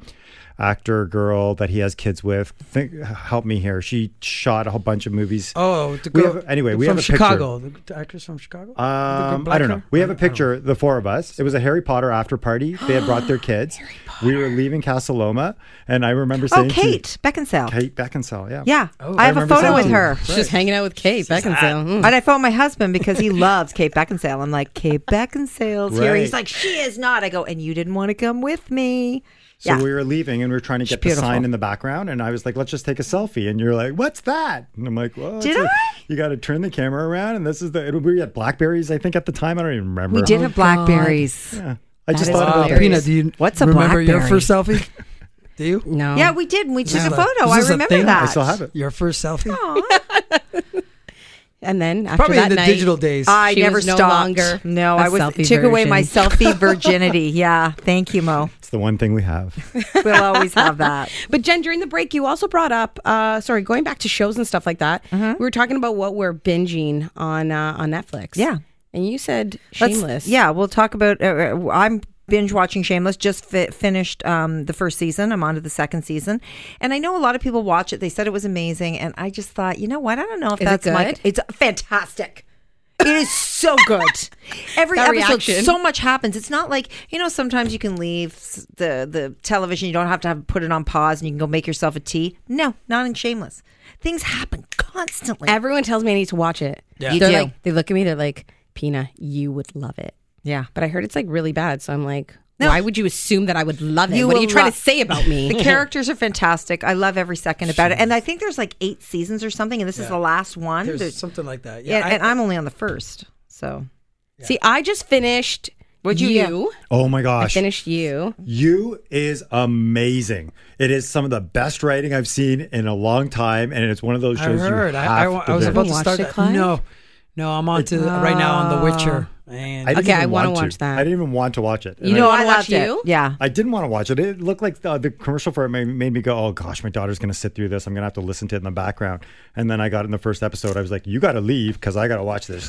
Speaker 5: actor girl that he has kids with, think, help me here. She shot a whole bunch of movies.
Speaker 6: Oh, the
Speaker 5: We
Speaker 6: girl-
Speaker 5: have- anyway, we
Speaker 6: from
Speaker 5: have a picture.
Speaker 6: Chicago. The, the actress from Chicago. The
Speaker 5: Um,
Speaker 6: girl-
Speaker 5: I don't know.
Speaker 6: black
Speaker 5: We
Speaker 6: hair?
Speaker 5: have a picture, the four of us. It was a Harry Potter after party. They had brought their kids. we were leaving Casa Loma, and I remember
Speaker 3: oh,
Speaker 5: saying to-
Speaker 3: Kate Beckinsale.
Speaker 5: Kate Beckinsale, yeah.
Speaker 3: Yeah,
Speaker 5: I
Speaker 3: I have a
Speaker 5: remember
Speaker 3: photo
Speaker 5: that
Speaker 3: with
Speaker 5: too.
Speaker 3: her.
Speaker 2: She's just hanging out with Kate Beckinsale. Mm.
Speaker 3: And I phoned my husband because he loves Kate Beckinsale. I'm like, Kate Beckinsale's here.
Speaker 5: Right.
Speaker 3: He's like, she is not. I go, and you didn't want to come with me.
Speaker 5: So
Speaker 3: yeah.
Speaker 5: we were leaving and we were trying to get the
Speaker 3: beautiful.
Speaker 5: sign in the background. And I was like, let's just take a selfie. And you're like, what's that? And I'm like, well, it's
Speaker 3: Did
Speaker 5: a-
Speaker 3: I?
Speaker 5: you got to turn the camera around. And this is the, it, we were at Blackberries, I think, at the time. I don't even remember.
Speaker 3: We did have blackberries.
Speaker 5: I just
Speaker 3: is
Speaker 5: thought about
Speaker 6: Wow,
Speaker 5: that.
Speaker 3: hilarious.
Speaker 6: Pina, do you
Speaker 3: What's a
Speaker 6: remember your
Speaker 3: Blackberry?
Speaker 6: first selfie? Do you?
Speaker 2: No.
Speaker 3: Yeah, we did. and We took
Speaker 6: Is
Speaker 3: a
Speaker 6: this
Speaker 3: photo.
Speaker 6: is
Speaker 3: I
Speaker 6: this a
Speaker 3: remember
Speaker 6: thing?
Speaker 3: that.
Speaker 5: I still have it.
Speaker 6: Your first selfie?
Speaker 2: and then after
Speaker 6: Probably
Speaker 2: that
Speaker 6: in the
Speaker 2: night,
Speaker 6: digital days.
Speaker 3: I
Speaker 2: She
Speaker 3: never
Speaker 2: was no
Speaker 3: stopped.
Speaker 2: longer
Speaker 3: no,
Speaker 2: a
Speaker 3: I was
Speaker 2: selfie
Speaker 3: took away my
Speaker 2: virgin.
Speaker 3: selfie virginity. Yeah, thank you, Mo.
Speaker 5: It's the one thing we have.
Speaker 3: We'll always have that.
Speaker 2: But Jen, during the break, you also brought up, uh, sorry, going back to shows and stuff like that. We were talking about what we're binging on uh, on Netflix.
Speaker 3: Yeah.
Speaker 2: and you said
Speaker 3: Let's-
Speaker 2: Shameless.
Speaker 3: yeah, we'll talk about. Uh, uh, I'm binge watching Shameless. Just fi- finished um, the first season. I'm on to the second season, and I know a lot of people watch it. They said it was amazing, and I just thought, you know what? I don't know
Speaker 2: Is
Speaker 3: if
Speaker 2: it
Speaker 3: that's my.
Speaker 2: good?
Speaker 3: It's fantastic. It is so good. Every
Speaker 2: That
Speaker 3: episode,
Speaker 2: reaction.
Speaker 3: so much happens. It's not like you know. Sometimes you can leave s- the the television. You don't have to have put it on pause, and you can go make yourself a tea. No, not in Shameless. Things happen constantly.
Speaker 2: Everyone tells me I need to watch it.
Speaker 6: Yeah. You
Speaker 2: they're
Speaker 3: do.
Speaker 2: like, they look at me, they're like, Pina, you would love it.
Speaker 3: yeah.
Speaker 2: But I heard it's like really bad, so I'm like, why would you assume that I would love it?
Speaker 3: You
Speaker 2: what are
Speaker 3: will
Speaker 2: you trying
Speaker 3: love-
Speaker 2: to say about me?
Speaker 3: The characters are fantastic. I love every second about it. And I think there's like eight seasons or something, and this is the last one.
Speaker 6: There's
Speaker 3: There's-
Speaker 6: something like that.
Speaker 3: yeah,
Speaker 6: Yeah. I-
Speaker 3: and I'm only on the first. So
Speaker 2: See, I just finished. Would
Speaker 3: What'd you get?
Speaker 5: Oh my
Speaker 2: I
Speaker 5: gosh.
Speaker 2: finished you.
Speaker 5: You is amazing. It is some of the best writing I've seen in a long time. And it's one of those
Speaker 6: I
Speaker 5: shows
Speaker 6: heard.
Speaker 5: you
Speaker 6: I,
Speaker 5: have
Speaker 6: I, wa-
Speaker 5: to
Speaker 6: I was
Speaker 5: binge.
Speaker 6: about to
Speaker 2: watched
Speaker 6: start.
Speaker 2: it, Clive?
Speaker 6: No, no, I'm on to the- right now on The Witcher. And
Speaker 5: I didn't
Speaker 2: Okay,
Speaker 5: even
Speaker 2: I wanna
Speaker 5: want
Speaker 2: watch that.
Speaker 5: I didn't even want to watch it. And
Speaker 2: You
Speaker 5: I-
Speaker 2: know, I
Speaker 3: I
Speaker 2: watched
Speaker 3: loved it.
Speaker 2: you.
Speaker 3: Yeah.
Speaker 5: I didn't want to watch it. It looked like the, the commercial for it made, made me go, "Oh gosh, my daughter's going to sit through this. I'm going to have to listen to it in the background." And then I got in the first episode. I was like, "You got to leave because I got to watch this."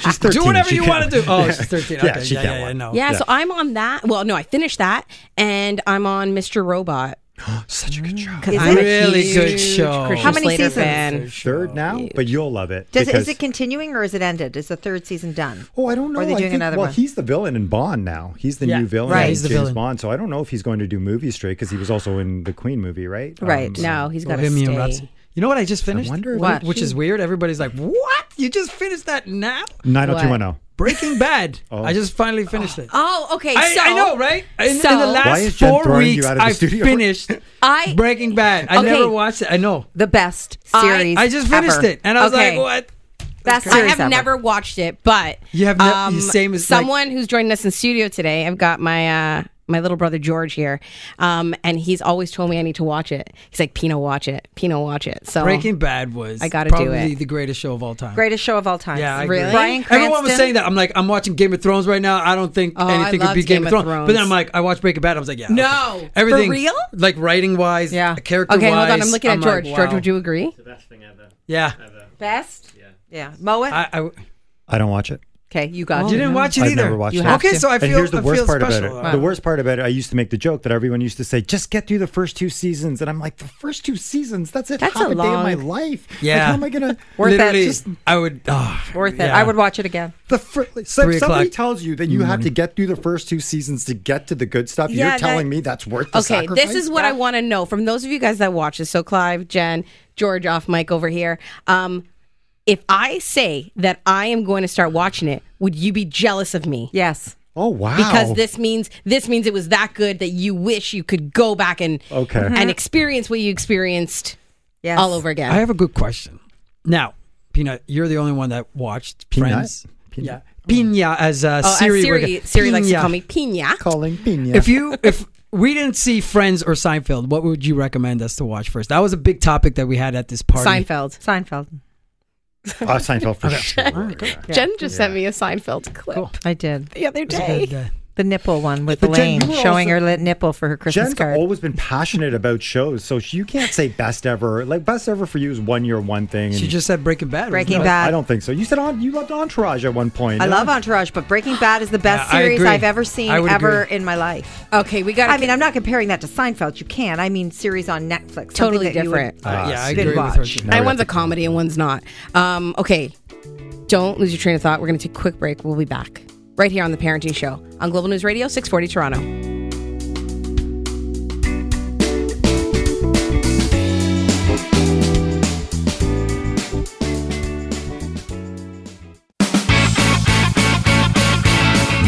Speaker 5: she's 13.
Speaker 6: do whatever
Speaker 5: She
Speaker 6: you
Speaker 5: can't-
Speaker 6: want to do. Oh, she's 13. Okay.
Speaker 5: Yeah, she
Speaker 6: yeah,
Speaker 5: can't
Speaker 6: Oh, yeah,
Speaker 5: watch.
Speaker 6: no.
Speaker 2: Yeah, so I'm on that. Well, no, I finished that, and I'm on Mr. Robot.
Speaker 5: Such a
Speaker 6: Mm-hmm.
Speaker 5: good show.
Speaker 2: Because
Speaker 3: I'm a
Speaker 6: really good show.
Speaker 2: How many Slater
Speaker 3: seasons?
Speaker 2: fan.
Speaker 5: Third now, but you'll love it.
Speaker 3: Does it,
Speaker 5: because-
Speaker 3: is it continuing or is it ended? Is the third season done?
Speaker 5: Oh, I don't know.
Speaker 3: Or are they
Speaker 5: I
Speaker 3: doing
Speaker 5: think-
Speaker 3: another
Speaker 5: well,
Speaker 3: one?
Speaker 5: he's the villain in Bond now. He's the
Speaker 6: Yeah.
Speaker 5: new villain
Speaker 3: Right.
Speaker 5: in
Speaker 6: He's the
Speaker 5: James
Speaker 6: villain.
Speaker 5: Bond. So I don't know if he's going to do movies straight because he was also in the Queen movie, right? Um,
Speaker 3: Right.
Speaker 2: No, he's got to
Speaker 6: Bohemian
Speaker 2: stay.
Speaker 6: Rhapsody. You know what I just finished?
Speaker 5: wonder if
Speaker 6: Wh-
Speaker 5: What?
Speaker 6: Which is weird. Everybody's like, "What? You just finished that now?"
Speaker 5: Nine hundred two one oh. zero.
Speaker 6: Breaking Bad. I just finally finished it.
Speaker 7: Oh, okay.
Speaker 6: I,
Speaker 7: so
Speaker 6: I know, right? In, in
Speaker 7: so-
Speaker 6: the
Speaker 5: Why is
Speaker 6: last
Speaker 5: Jen
Speaker 6: four
Speaker 5: throwing you
Speaker 6: weeks,
Speaker 5: out of the
Speaker 6: I
Speaker 5: studio?
Speaker 6: finished
Speaker 7: I-
Speaker 6: Breaking Bad. I
Speaker 7: Okay.
Speaker 6: never watched it. I know.
Speaker 3: The best
Speaker 7: I-
Speaker 3: series.
Speaker 6: I just finished
Speaker 3: ever.
Speaker 6: it, and I was
Speaker 7: Okay.
Speaker 6: like, "What?"
Speaker 3: Best
Speaker 7: I
Speaker 3: series
Speaker 7: have
Speaker 3: ever.
Speaker 7: never watched it, but
Speaker 6: You have nev- you same as, like-
Speaker 2: um, someone who's joining us in studio today. I've got my uh, my little brother George here, um, and he's always told me I need to watch it. He's like, Pino, watch it. Pino, watch it. So
Speaker 6: Breaking Bad was I
Speaker 2: Oh. gotta do
Speaker 6: probably
Speaker 2: it.
Speaker 6: the greatest show of all time.
Speaker 3: Greatest show of all time.
Speaker 6: Yeah, I agree.
Speaker 2: Really?
Speaker 3: Bryan Cranston.
Speaker 6: Everyone was saying that. I'm like, I'm watching Game of Thrones right now. I don't think
Speaker 2: Oh, I
Speaker 6: anything could
Speaker 2: loved
Speaker 6: be Game, of Thrones. But then
Speaker 2: Thrones.
Speaker 6: I'm like, I watched Breaking Bad. I was like, yeah,
Speaker 7: No.
Speaker 6: okay.
Speaker 7: For
Speaker 6: everything
Speaker 7: real?
Speaker 6: like writing wise,
Speaker 3: Yeah.
Speaker 6: yeah, Uh, character
Speaker 2: okay,
Speaker 6: wise.
Speaker 2: hold on. I'm looking at
Speaker 6: like,
Speaker 2: George. George,
Speaker 6: wow.
Speaker 2: would you agree?
Speaker 6: Oh,
Speaker 8: The best thing ever.
Speaker 6: Yeah,
Speaker 8: Ever.
Speaker 3: Best? Yeah. Yeah. Moet?
Speaker 6: I, I
Speaker 5: I don't watch it.
Speaker 3: okay, you got it.
Speaker 6: you didn't watch it
Speaker 5: I've
Speaker 6: either.
Speaker 5: never watched
Speaker 3: You
Speaker 5: it.
Speaker 3: have
Speaker 6: okay,
Speaker 3: to.
Speaker 6: so I feel
Speaker 5: and here's the
Speaker 6: I
Speaker 5: worst
Speaker 6: feel
Speaker 5: part
Speaker 6: special.
Speaker 5: about it. The worst part about it, I used to make the joke that everyone used to say, "Just get through the first two seasons," and I'm like, "The first two seasons? That's it.
Speaker 2: That's
Speaker 5: half
Speaker 2: a
Speaker 5: a, day of my
Speaker 2: long-
Speaker 5: life. Like,
Speaker 6: Yeah.
Speaker 5: how am I gonna?
Speaker 3: Worth it.
Speaker 6: Literally,
Speaker 3: Just-
Speaker 6: I would. Oh,
Speaker 3: Worth it.
Speaker 6: yeah.
Speaker 3: I would watch it again.
Speaker 5: The fir- like, so
Speaker 6: Three
Speaker 5: if somebody
Speaker 6: o'clock.
Speaker 5: tells you that you have to get through the first two seasons to get to the good stuff,
Speaker 2: Yeah,
Speaker 5: you're
Speaker 2: that-
Speaker 5: telling me that's worth the
Speaker 2: Okay,
Speaker 5: sacrifice?
Speaker 2: this is what I want to know from those of you guys that watch this. So, Clive, Jen, George, off mic over here. Um, if I say that I am going to start watching it, would you be jealous of me?
Speaker 3: Yes.
Speaker 5: Oh wow!
Speaker 2: Because this means this means it was that good that you wish you could go back and
Speaker 5: Okay.
Speaker 2: and experience what you experienced
Speaker 3: Yes.
Speaker 2: all over again.
Speaker 6: I have a good question. Now, Peanut, you're the only one that watched
Speaker 5: Peanut?
Speaker 6: Friends.
Speaker 5: Peanut.
Speaker 6: Yeah, Pina as uh,
Speaker 2: oh, as
Speaker 6: Siri. would-
Speaker 2: Siri, Siri likes to
Speaker 6: Pina.
Speaker 2: call me Pina.
Speaker 5: calling Pina.
Speaker 6: If you if we didn't see Friends or Seinfeld, what would you recommend us to watch first? That was a big topic that we had at this party.
Speaker 2: Seinfeld.
Speaker 3: Seinfeld.
Speaker 5: oh, Seinfeld for sure.
Speaker 2: Jen just sent me a Seinfeld clip
Speaker 3: I did.
Speaker 2: the other
Speaker 6: And,
Speaker 2: day.
Speaker 6: uh,
Speaker 3: The nipple one with
Speaker 5: But Jen,
Speaker 3: Elaine
Speaker 5: you were
Speaker 3: showing her
Speaker 5: also-
Speaker 3: lit nipple for her Christmas
Speaker 5: Jen's
Speaker 3: card.
Speaker 5: always been passionate about shows, so she- you can't say best ever. Like best ever for you is one year, one thing.
Speaker 6: she
Speaker 5: and-
Speaker 6: just said Breaking Bad.
Speaker 3: Breaking
Speaker 6: wasn't it?
Speaker 3: Bad.
Speaker 5: I don't think so. You said on you loved Entourage at one point.
Speaker 3: I
Speaker 5: and
Speaker 3: love Entourage, but Breaking Bad is the best
Speaker 6: Yeah, I
Speaker 3: series
Speaker 6: agree.
Speaker 3: I've ever seen
Speaker 6: I would
Speaker 3: ever
Speaker 6: agree.
Speaker 3: in my life.
Speaker 2: Okay, we got.
Speaker 3: I mean, I'm not comparing that to Seinfeld. You can. I mean, series on Netflix. something
Speaker 2: Totally
Speaker 3: that you would-
Speaker 2: different.
Speaker 5: Ah,
Speaker 6: Uh, yeah, I
Speaker 3: Good
Speaker 6: agree with her.
Speaker 3: watch.
Speaker 6: too.
Speaker 5: Now
Speaker 2: and
Speaker 5: we
Speaker 2: one's a
Speaker 5: have to-
Speaker 2: comedy and one's not. Um, okay, don't lose your train of thought. We're going to take a quick break. We'll be back right here on the Parenting Show on Global News Radio 640 Toronto.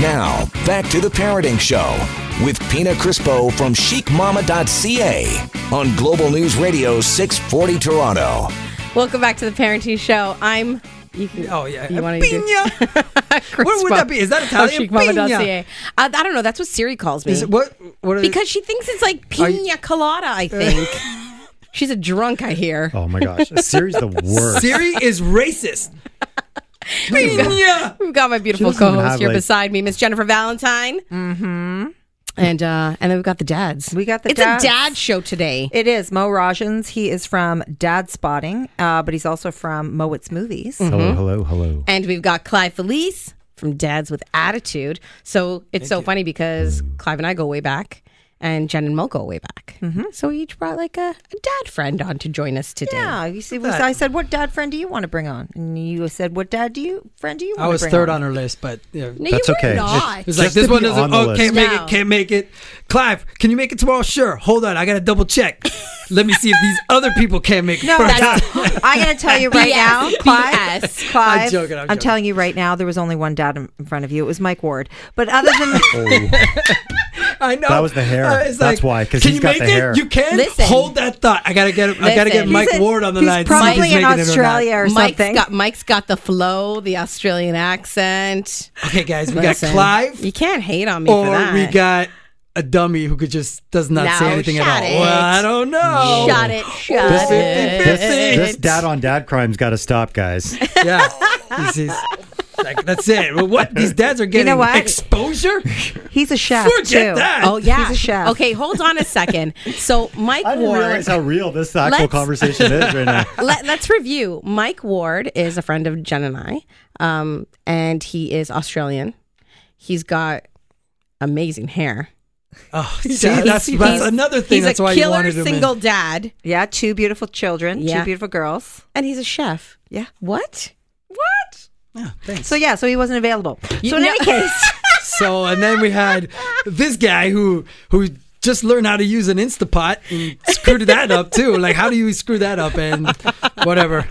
Speaker 1: Now, back to the Parenting Show with Pina Crispo from chicmama.ca on Global News Radio 640 Toronto.
Speaker 2: Welcome back to the Parenting Show. I'm. You can,
Speaker 6: Oh yeah,
Speaker 2: You wanna do-
Speaker 6: Pina. What would that be? Is that Italian?
Speaker 2: Chicmama.ca. Uh, I don't know. That's what Siri calls me.
Speaker 6: Is it, what? What are
Speaker 2: because she thinks it's like pina
Speaker 6: Are you-
Speaker 2: colada. I think she's a drunk. I hear.
Speaker 5: Oh my gosh, Siri's the worst.
Speaker 6: Siri is racist. Pina.
Speaker 2: We've got my beautiful
Speaker 5: doesn't even
Speaker 2: co-host
Speaker 5: have,
Speaker 2: here
Speaker 5: like-
Speaker 2: beside me, Miss Jennifer Valentine. Mm-hmm. And uh, and then we've got the dads.
Speaker 3: We got the
Speaker 2: it's
Speaker 3: dads.
Speaker 2: a dad show today.
Speaker 3: It is Mo Rajans. He is from Dad Spotting, uh, but he's also from Mowat's Movies.
Speaker 6: Hmm.
Speaker 5: Hello, hello, hello.
Speaker 2: And we've got Clive Felice from Dads with Attitude. So it's so funny because Clive and I go way back. And Jen and Mo go way back. So we each brought like a, a dad friend on to join us today.
Speaker 3: Yeah, you see, we, I said, "What dad friend do you want to bring on?" And you said, "What dad do you friend do you?"
Speaker 6: I
Speaker 3: want
Speaker 6: was
Speaker 3: to bring
Speaker 6: third on her list, but yeah.
Speaker 2: No,
Speaker 5: That's
Speaker 2: you were
Speaker 5: okay.
Speaker 2: not.
Speaker 6: It was like
Speaker 5: Just to
Speaker 6: this one
Speaker 5: be
Speaker 6: doesn't.
Speaker 5: on the
Speaker 6: Oh,
Speaker 5: list.
Speaker 6: can't make
Speaker 2: No.
Speaker 6: it. Can't make it. Clive, can you make it tomorrow? Sure. Hold on, I gotta double check. Let me see if these other people can't make it.
Speaker 3: No,
Speaker 6: first.
Speaker 3: that's, I'm going to tell you right
Speaker 2: BS,
Speaker 3: now, Clive.
Speaker 2: BS.
Speaker 3: Clive,
Speaker 6: I'm joking, I'm joking.
Speaker 3: telling you right now, there was only one dad in in front of you. It was Mike Ward. But other than
Speaker 6: I know
Speaker 5: That was the hair.
Speaker 6: Uh, it's
Speaker 5: That's why, 'cause
Speaker 6: can
Speaker 5: he's
Speaker 6: you
Speaker 5: got
Speaker 6: make
Speaker 5: the
Speaker 6: it?
Speaker 5: hair.
Speaker 6: You can
Speaker 2: Listen.
Speaker 6: hold that thought. I gotta get. I gotta get
Speaker 2: Listen.
Speaker 6: Mike
Speaker 3: He's in-
Speaker 6: Ward on the
Speaker 3: he's
Speaker 6: line. to see if
Speaker 3: probably
Speaker 6: he's
Speaker 3: in
Speaker 6: making it or not.
Speaker 3: Australia or something.
Speaker 2: Mike's got Mike's got the flow, the Australian accent.
Speaker 6: Okay, guys, we
Speaker 2: Listen,
Speaker 6: got Clive,
Speaker 2: You can't hate on me for
Speaker 6: or
Speaker 2: that.
Speaker 6: we got a dummy who could just does not
Speaker 2: No,
Speaker 6: say anything at
Speaker 2: shut
Speaker 6: all.
Speaker 2: it.
Speaker 6: Well, I don't know.
Speaker 2: shut it, shut
Speaker 5: This,
Speaker 2: it.
Speaker 5: this,
Speaker 6: it.
Speaker 5: this dad on dad crime's got to stop, guys.
Speaker 6: Yeah, He's- he's- like, that's it. Well, what these dads are getting
Speaker 3: know what?
Speaker 6: exposure.
Speaker 3: he's a chef,
Speaker 6: Forget
Speaker 3: too.
Speaker 6: that.
Speaker 2: Oh yeah,
Speaker 3: He's a chef.
Speaker 2: Okay, hold on a second. So Mike
Speaker 5: I didn't
Speaker 2: Ward.
Speaker 5: realize how real this actual
Speaker 2: Let's-
Speaker 5: conversation is right now.
Speaker 2: Let, us review. Mike Ward is a friend of Jen and I, um, and he is Australian. He's got amazing hair.
Speaker 6: Oh, see, that's,
Speaker 2: He's-
Speaker 6: that's
Speaker 2: he's-
Speaker 6: another thing.
Speaker 2: He's
Speaker 6: That's
Speaker 2: a
Speaker 6: why you
Speaker 2: killer
Speaker 6: wanted him in.
Speaker 2: single dad,
Speaker 3: Yeah, two beautiful children,
Speaker 2: Yeah.
Speaker 3: two beautiful girls.
Speaker 2: and he's a chef.
Speaker 3: Yeah.
Speaker 2: What?
Speaker 3: What?
Speaker 6: Yeah, Oh, thanks.
Speaker 3: So, yeah, so he wasn't available. so, in
Speaker 2: no-
Speaker 3: any case,
Speaker 6: So and then we had this guy who who just learned how to use an Instapot and screwed that up too. Like, how do you screw that up? And whatever.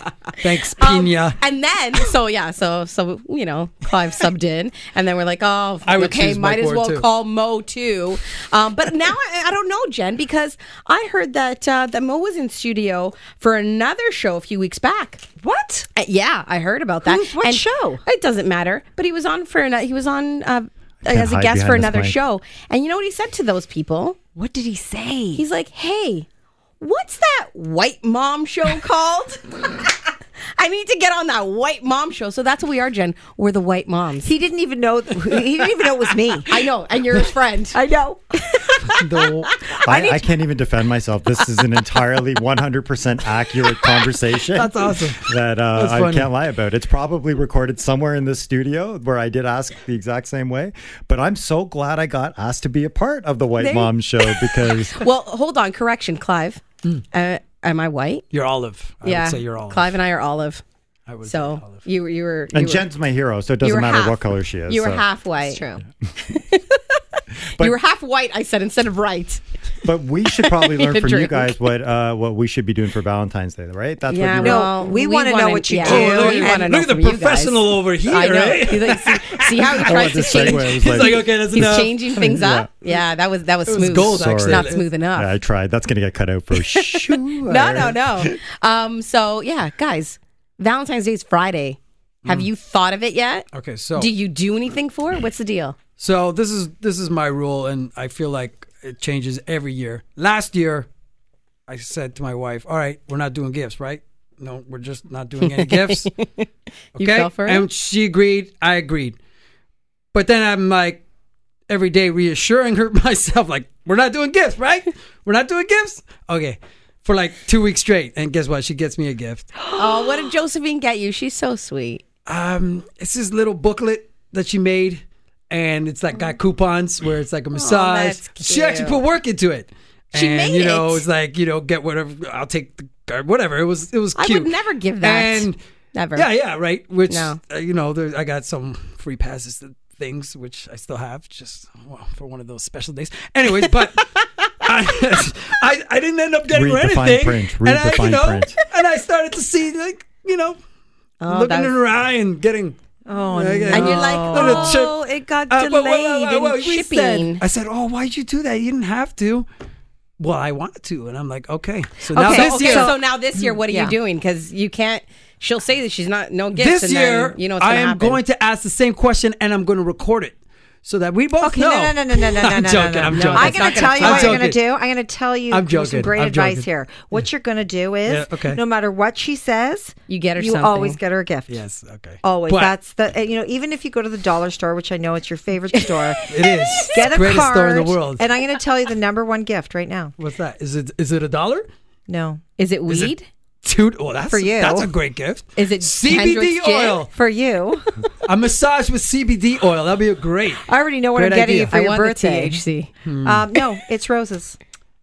Speaker 6: Thanks,
Speaker 2: Um,
Speaker 6: Pina.
Speaker 2: and then, so yeah, so so you know, Clive subbed in, and then we're like, oh,
Speaker 6: I would
Speaker 2: okay,
Speaker 6: choose Mike
Speaker 2: might as
Speaker 6: Ward,
Speaker 2: well
Speaker 6: too.
Speaker 2: call Mo too. Um, but now I, I don't know, Jen, because I heard that uh, that Mo was in studio for another show a few weeks back.
Speaker 3: What?
Speaker 2: Uh, yeah, I heard about that.
Speaker 3: Who's- what
Speaker 2: And
Speaker 3: show?
Speaker 2: It doesn't matter. But he was on for an, he was on uh,
Speaker 5: can't
Speaker 2: as a
Speaker 5: hide
Speaker 2: guest for
Speaker 5: behind this
Speaker 2: another
Speaker 5: mic.
Speaker 2: show, and you know what he said to those people?
Speaker 3: What did he say?
Speaker 2: He's like, hey, what's that white mom show called? I need to get on that white mom show. So that's what we are, Jen. We're the white moms.
Speaker 3: he didn't even know. He didn't even know it was me.
Speaker 2: I know, and you're his friend.
Speaker 3: I know.
Speaker 6: The-
Speaker 5: I, I, can't even defend myself. This is an entirely 100% accurate conversation.
Speaker 6: That's awesome.
Speaker 5: That uh,
Speaker 6: That's
Speaker 5: I
Speaker 6: funny.
Speaker 5: can't lie about. It's probably recorded somewhere in the studio where I did ask the exact same way. But I'm so glad I got asked to be a part of the White Mom show because
Speaker 2: well, hold on. Correction, Clive. Uh, am I white?
Speaker 6: you're Olive. Hmm. I would say you're Olive.
Speaker 2: Clive and I are olive.
Speaker 6: I would say
Speaker 2: So
Speaker 6: Olive.
Speaker 2: you, you were. You
Speaker 5: and
Speaker 2: were,
Speaker 5: Jen's my hero, so it
Speaker 2: you
Speaker 5: doesn't
Speaker 2: were
Speaker 5: matter
Speaker 2: half-
Speaker 5: what color she is.
Speaker 2: You were
Speaker 5: so.
Speaker 2: half white.
Speaker 3: It's true.
Speaker 2: you
Speaker 5: But-
Speaker 2: were half white, I said, instead of right.
Speaker 5: But we should probably learn
Speaker 2: Your
Speaker 5: from you
Speaker 2: drink.
Speaker 5: guys what uh, what we should be doing for Valentine's Day, right? That's
Speaker 2: Yeah,
Speaker 5: what you
Speaker 3: No,
Speaker 5: were.
Speaker 2: Well,
Speaker 3: we,
Speaker 2: we
Speaker 3: want to know
Speaker 2: wanna-
Speaker 3: what you
Speaker 2: yeah.
Speaker 3: do.
Speaker 2: Oh,
Speaker 6: look,
Speaker 2: we
Speaker 3: and-
Speaker 2: wanna
Speaker 6: look
Speaker 2: know
Speaker 6: at the
Speaker 2: from you
Speaker 6: professional
Speaker 2: guys.
Speaker 6: over here,
Speaker 2: I know.
Speaker 6: eh?
Speaker 2: He's like, see, see how he
Speaker 5: I
Speaker 2: tries
Speaker 5: want
Speaker 2: to
Speaker 5: to segue.
Speaker 2: change.
Speaker 5: It was
Speaker 6: He's like, okay, that's
Speaker 2: He's
Speaker 6: enough.
Speaker 2: changing things up. Yeah, that was that was
Speaker 6: was
Speaker 2: smooth.
Speaker 6: gold,
Speaker 5: actually.
Speaker 2: not smooth enough.
Speaker 5: Yeah, I tried. That's gonna get cut out for sure.
Speaker 2: No, no, no. Um, so yeah, guys, Valentine's Day is Friday.
Speaker 6: Hmm.
Speaker 2: Have you thought of it yet?
Speaker 6: Okay, so
Speaker 2: Do you do anything for it? What's the deal?
Speaker 6: So this is this is my rule, and I feel like it changes every year. Last year, I said to my wife, "All right, we're not doing gifts, right? No, we're just not doing any gifts." Okay,
Speaker 2: fell for it?
Speaker 6: and she agreed. I agreed, but then I'm like every day reassuring her myself, like, "We're not doing gifts, right? We're not doing gifts." Okay, for like two weeks straight, and guess what? She gets me a gift.
Speaker 2: Oh, what did Josephine get you? She's so sweet.
Speaker 6: um, it's this little booklet that she made, and it's like got coupons where it's like a massage.
Speaker 2: Oh, that's
Speaker 6: she actually
Speaker 2: cute.
Speaker 6: put work into it.
Speaker 2: She
Speaker 6: and,
Speaker 2: made
Speaker 6: you know,
Speaker 2: it.
Speaker 6: it's like you know, get whatever. I'll take the card, whatever. It was, it was.
Speaker 2: I would
Speaker 6: Cute.
Speaker 2: never give that.
Speaker 6: And
Speaker 2: Never.
Speaker 6: Yeah, yeah, right. Which
Speaker 2: No.
Speaker 6: uh, you know, there, I got some free passes to things, which I still have, just well, for one of those special days. Anyways, but. I, I I didn't end up getting
Speaker 5: Read
Speaker 6: her
Speaker 5: the fine
Speaker 6: anything,
Speaker 5: print. Read
Speaker 6: and
Speaker 5: the
Speaker 6: I you
Speaker 5: fine
Speaker 6: know,
Speaker 5: print.
Speaker 6: and I started to see like you know
Speaker 2: Oh,
Speaker 6: looking
Speaker 2: that's-
Speaker 6: in her eye and getting.
Speaker 3: Oh,
Speaker 6: Like,
Speaker 3: no.
Speaker 6: uh,
Speaker 2: And you're like,
Speaker 6: Little chip.
Speaker 2: oh, it got
Speaker 6: Uh,
Speaker 2: delayed
Speaker 6: well, well, well, well, well,
Speaker 2: in
Speaker 6: we said-
Speaker 2: shipping.
Speaker 6: I said, oh, why'd you do that? You didn't have to. Well, I wanted to, and I'm like, okay. So now
Speaker 2: okay,
Speaker 6: this
Speaker 2: okay,
Speaker 6: year,
Speaker 2: so now this year, what are
Speaker 3: Yeah.
Speaker 2: you doing? Because you can't. She'll say that she's not no gifts.
Speaker 6: this
Speaker 2: and then
Speaker 6: year,
Speaker 2: you know, it's
Speaker 6: I
Speaker 2: gonna
Speaker 6: am
Speaker 2: happen.
Speaker 6: going to ask the same question, and I'm going to record it so that we both
Speaker 3: Okay,
Speaker 6: know.
Speaker 3: no, no, no, no, no, no, no,
Speaker 6: I'm
Speaker 3: no,
Speaker 6: joking.
Speaker 3: no,
Speaker 6: I'm
Speaker 3: no.
Speaker 6: joking.
Speaker 3: I'm
Speaker 2: It's
Speaker 3: going
Speaker 2: not
Speaker 3: to
Speaker 2: gonna
Speaker 3: tell you
Speaker 2: fly.
Speaker 6: I'm
Speaker 3: what you're going
Speaker 6: joking.
Speaker 3: to do. I'm going to tell you
Speaker 6: I'm
Speaker 3: there's some
Speaker 6: joking.
Speaker 3: great
Speaker 6: I'm
Speaker 3: advice
Speaker 6: joking.
Speaker 3: here. What you're going to do is,
Speaker 6: Yeah, okay.
Speaker 3: no matter what she says,
Speaker 2: You get her
Speaker 3: You
Speaker 2: something.
Speaker 3: always get her a gift.
Speaker 6: Yes. Okay.
Speaker 3: Always.
Speaker 6: But
Speaker 3: That's the uh, you know even if you go to the dollar store, which I know it's your favorite store,
Speaker 6: it is
Speaker 3: get
Speaker 6: It's
Speaker 3: a
Speaker 6: the greatest
Speaker 3: card.
Speaker 6: store in the world.
Speaker 3: And I'm going to tell you the number one gift right now.
Speaker 6: What's that? Is it is it a dollar?
Speaker 3: No,
Speaker 2: Is it
Speaker 6: Is it-
Speaker 2: weed?
Speaker 6: Dude, well, that's
Speaker 3: For you.
Speaker 6: That's a great gift.
Speaker 2: Is it
Speaker 6: CBD
Speaker 2: Hendrix gin?
Speaker 6: oil?
Speaker 3: for you.
Speaker 6: A massage with CBD oil. That'd be a great.
Speaker 3: I already know what
Speaker 6: Great
Speaker 3: I'm getting
Speaker 6: idea.
Speaker 3: you for
Speaker 2: I
Speaker 3: your
Speaker 2: want the
Speaker 3: birthday.
Speaker 2: THC.
Speaker 6: Hmm.
Speaker 3: Um, no, it's roses.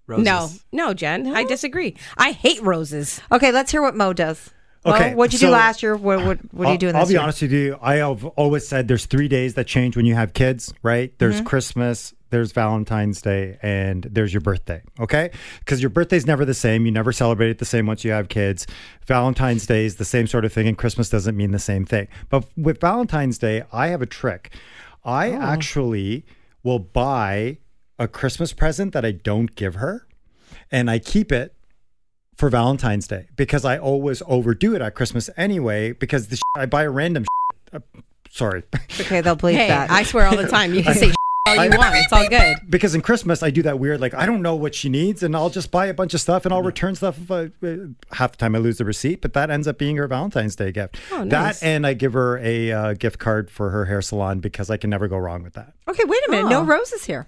Speaker 6: Roses.
Speaker 2: No, no, Jen, I disagree. I hate roses.
Speaker 3: Okay, let's hear what Mo does.
Speaker 5: Okay,
Speaker 3: Mo, what'd you do
Speaker 5: so-
Speaker 3: last year? What what, what are
Speaker 5: I'll-
Speaker 3: you doing this
Speaker 5: I'll be
Speaker 3: year?
Speaker 5: honest with you. I have always said there's three days that change when you have kids, right? There's
Speaker 3: Mm-hmm.
Speaker 5: Christmas, there's Valentine's Day, and there's your birthday, okay? Because your birthday's never the same. You never celebrate it the same once you have kids. Valentine's Day is the same sort of thing, and Christmas doesn't mean the same thing. But with Valentine's Day, I have a trick. I
Speaker 3: Oh.
Speaker 5: actually will buy a Christmas present that I don't give her, and I keep it for Valentine's Day because I always overdo it at Christmas anyway because the shit, I buy a random shit. Uh, sorry.
Speaker 3: Okay, they'll bleep
Speaker 2: Hey,
Speaker 3: that.
Speaker 2: I swear all the time. You can say all you want. It's all good.
Speaker 5: because in Christmas I do that weird like I don't know what she needs and I'll just buy a bunch of stuff and
Speaker 2: Mm-hmm.
Speaker 5: I'll return stuff if I, uh, half the time I lose the receipt but that ends up being her Valentine's Day gift.
Speaker 2: Oh,
Speaker 5: That and I give her a uh, gift card for her hair salon because I can never go wrong with that.
Speaker 3: okay, wait a minute. No roses here.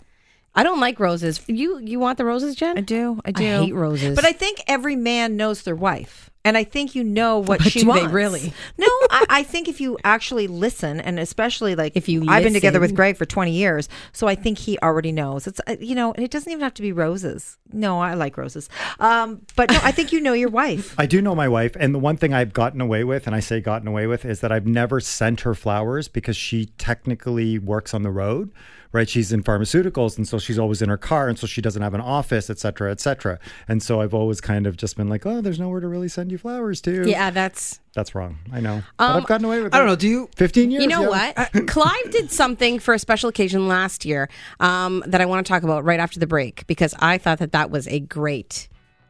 Speaker 2: I don't like roses. You you want the roses, Jen?
Speaker 3: I do. I do.
Speaker 2: hate roses.
Speaker 3: But I think every man knows their wife. And I think you know what
Speaker 2: But
Speaker 3: she
Speaker 2: do they
Speaker 3: wants.
Speaker 2: really?
Speaker 3: No, I, I think if you actually listen, and especially like
Speaker 2: If you
Speaker 3: I've been together with
Speaker 2: listen.
Speaker 3: Greg for twenty years, so I think he already knows. It's uh, you know, and it doesn't even have to be roses. No, I like roses, um, but no, I think you know your wife.
Speaker 5: I do know my wife, and the one thing I've gotten away with, and I say gotten away with, is that I've never sent her flowers because she technically works on the road. right? She's in pharmaceuticals, and so she's always in her car, and so she doesn't have an office, et cetera, et cetera. And so I've always kind of just been like, oh, there's nowhere to really send you flowers to.
Speaker 2: Yeah, that's.
Speaker 5: That's wrong. I know. but I've gotten away with it.
Speaker 6: Um, I don't know. Do you?
Speaker 5: 15 years.
Speaker 2: You know
Speaker 5: yeah.
Speaker 2: what? Clive did something for a special occasion last year um, that I want to talk about right after the break because I thought that that was a great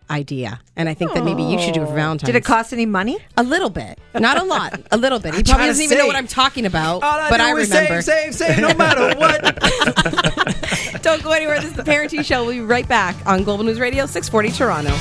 Speaker 2: idea, and I think that maybe you should do it for Valentine's.
Speaker 3: Did it cost any money?
Speaker 2: a little bit? Not a lot. A little bit. He
Speaker 6: trying
Speaker 2: probably
Speaker 6: to
Speaker 2: doesn't even know
Speaker 6: save.
Speaker 2: what I'm talking about,
Speaker 6: All I
Speaker 2: but
Speaker 6: do
Speaker 2: I
Speaker 6: is
Speaker 2: remember.
Speaker 6: save, save, save, no matter what.
Speaker 2: Don't go anywhere. This is the Parenting Show. We'll be right back on Global News Radio 640 Toronto.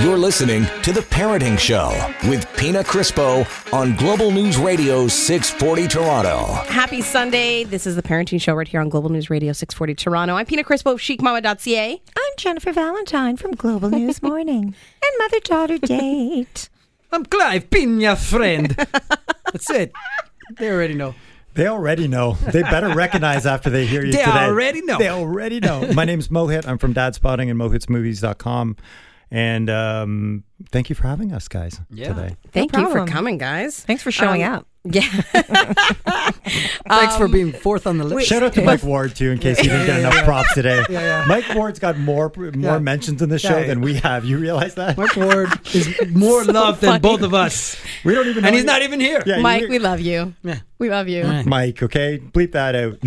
Speaker 1: You're listening to The Parenting Show with Pina Crispo on Global News Radio 640 Toronto.
Speaker 2: Happy Sunday. This is the Parenting Show right here on Global News Radio 640 Toronto. I'm Pina Crispo of chicmama.ca.
Speaker 3: I'm Jennifer Valentine from Global News Morning and Mother Daughter Date.
Speaker 6: I'm Clive, Pina friend. That's it. They already know.
Speaker 5: They already know. They better recognize after they hear you
Speaker 6: They
Speaker 5: today.
Speaker 6: already know.
Speaker 5: They already know. My name's Mohit. I'm from Dad Spotting and MohitsMovies.com. And um, thank you for having us guys today.
Speaker 2: Thank you for
Speaker 3: problem.
Speaker 2: coming, guys.
Speaker 3: Thanks for showing
Speaker 2: Um,
Speaker 3: up.
Speaker 2: Yeah.
Speaker 6: Thanks
Speaker 3: Um,
Speaker 6: for being fourth on the list.
Speaker 5: Shout out to Mike Ward too, in case he didn't get enough props today. Mike Ward's got more more
Speaker 6: Yeah.
Speaker 5: mentions in this show
Speaker 6: Yeah.
Speaker 5: than we have. You realize that?
Speaker 6: Mark Ward is more loved than both of us,
Speaker 5: We don't even.
Speaker 6: and
Speaker 5: know
Speaker 6: he's
Speaker 5: you-
Speaker 6: not even here.
Speaker 5: Yeah,
Speaker 2: Mike,
Speaker 5: you-
Speaker 2: we love you.
Speaker 6: Yeah.
Speaker 2: We love you.
Speaker 5: Mike. Okay, bleep that out.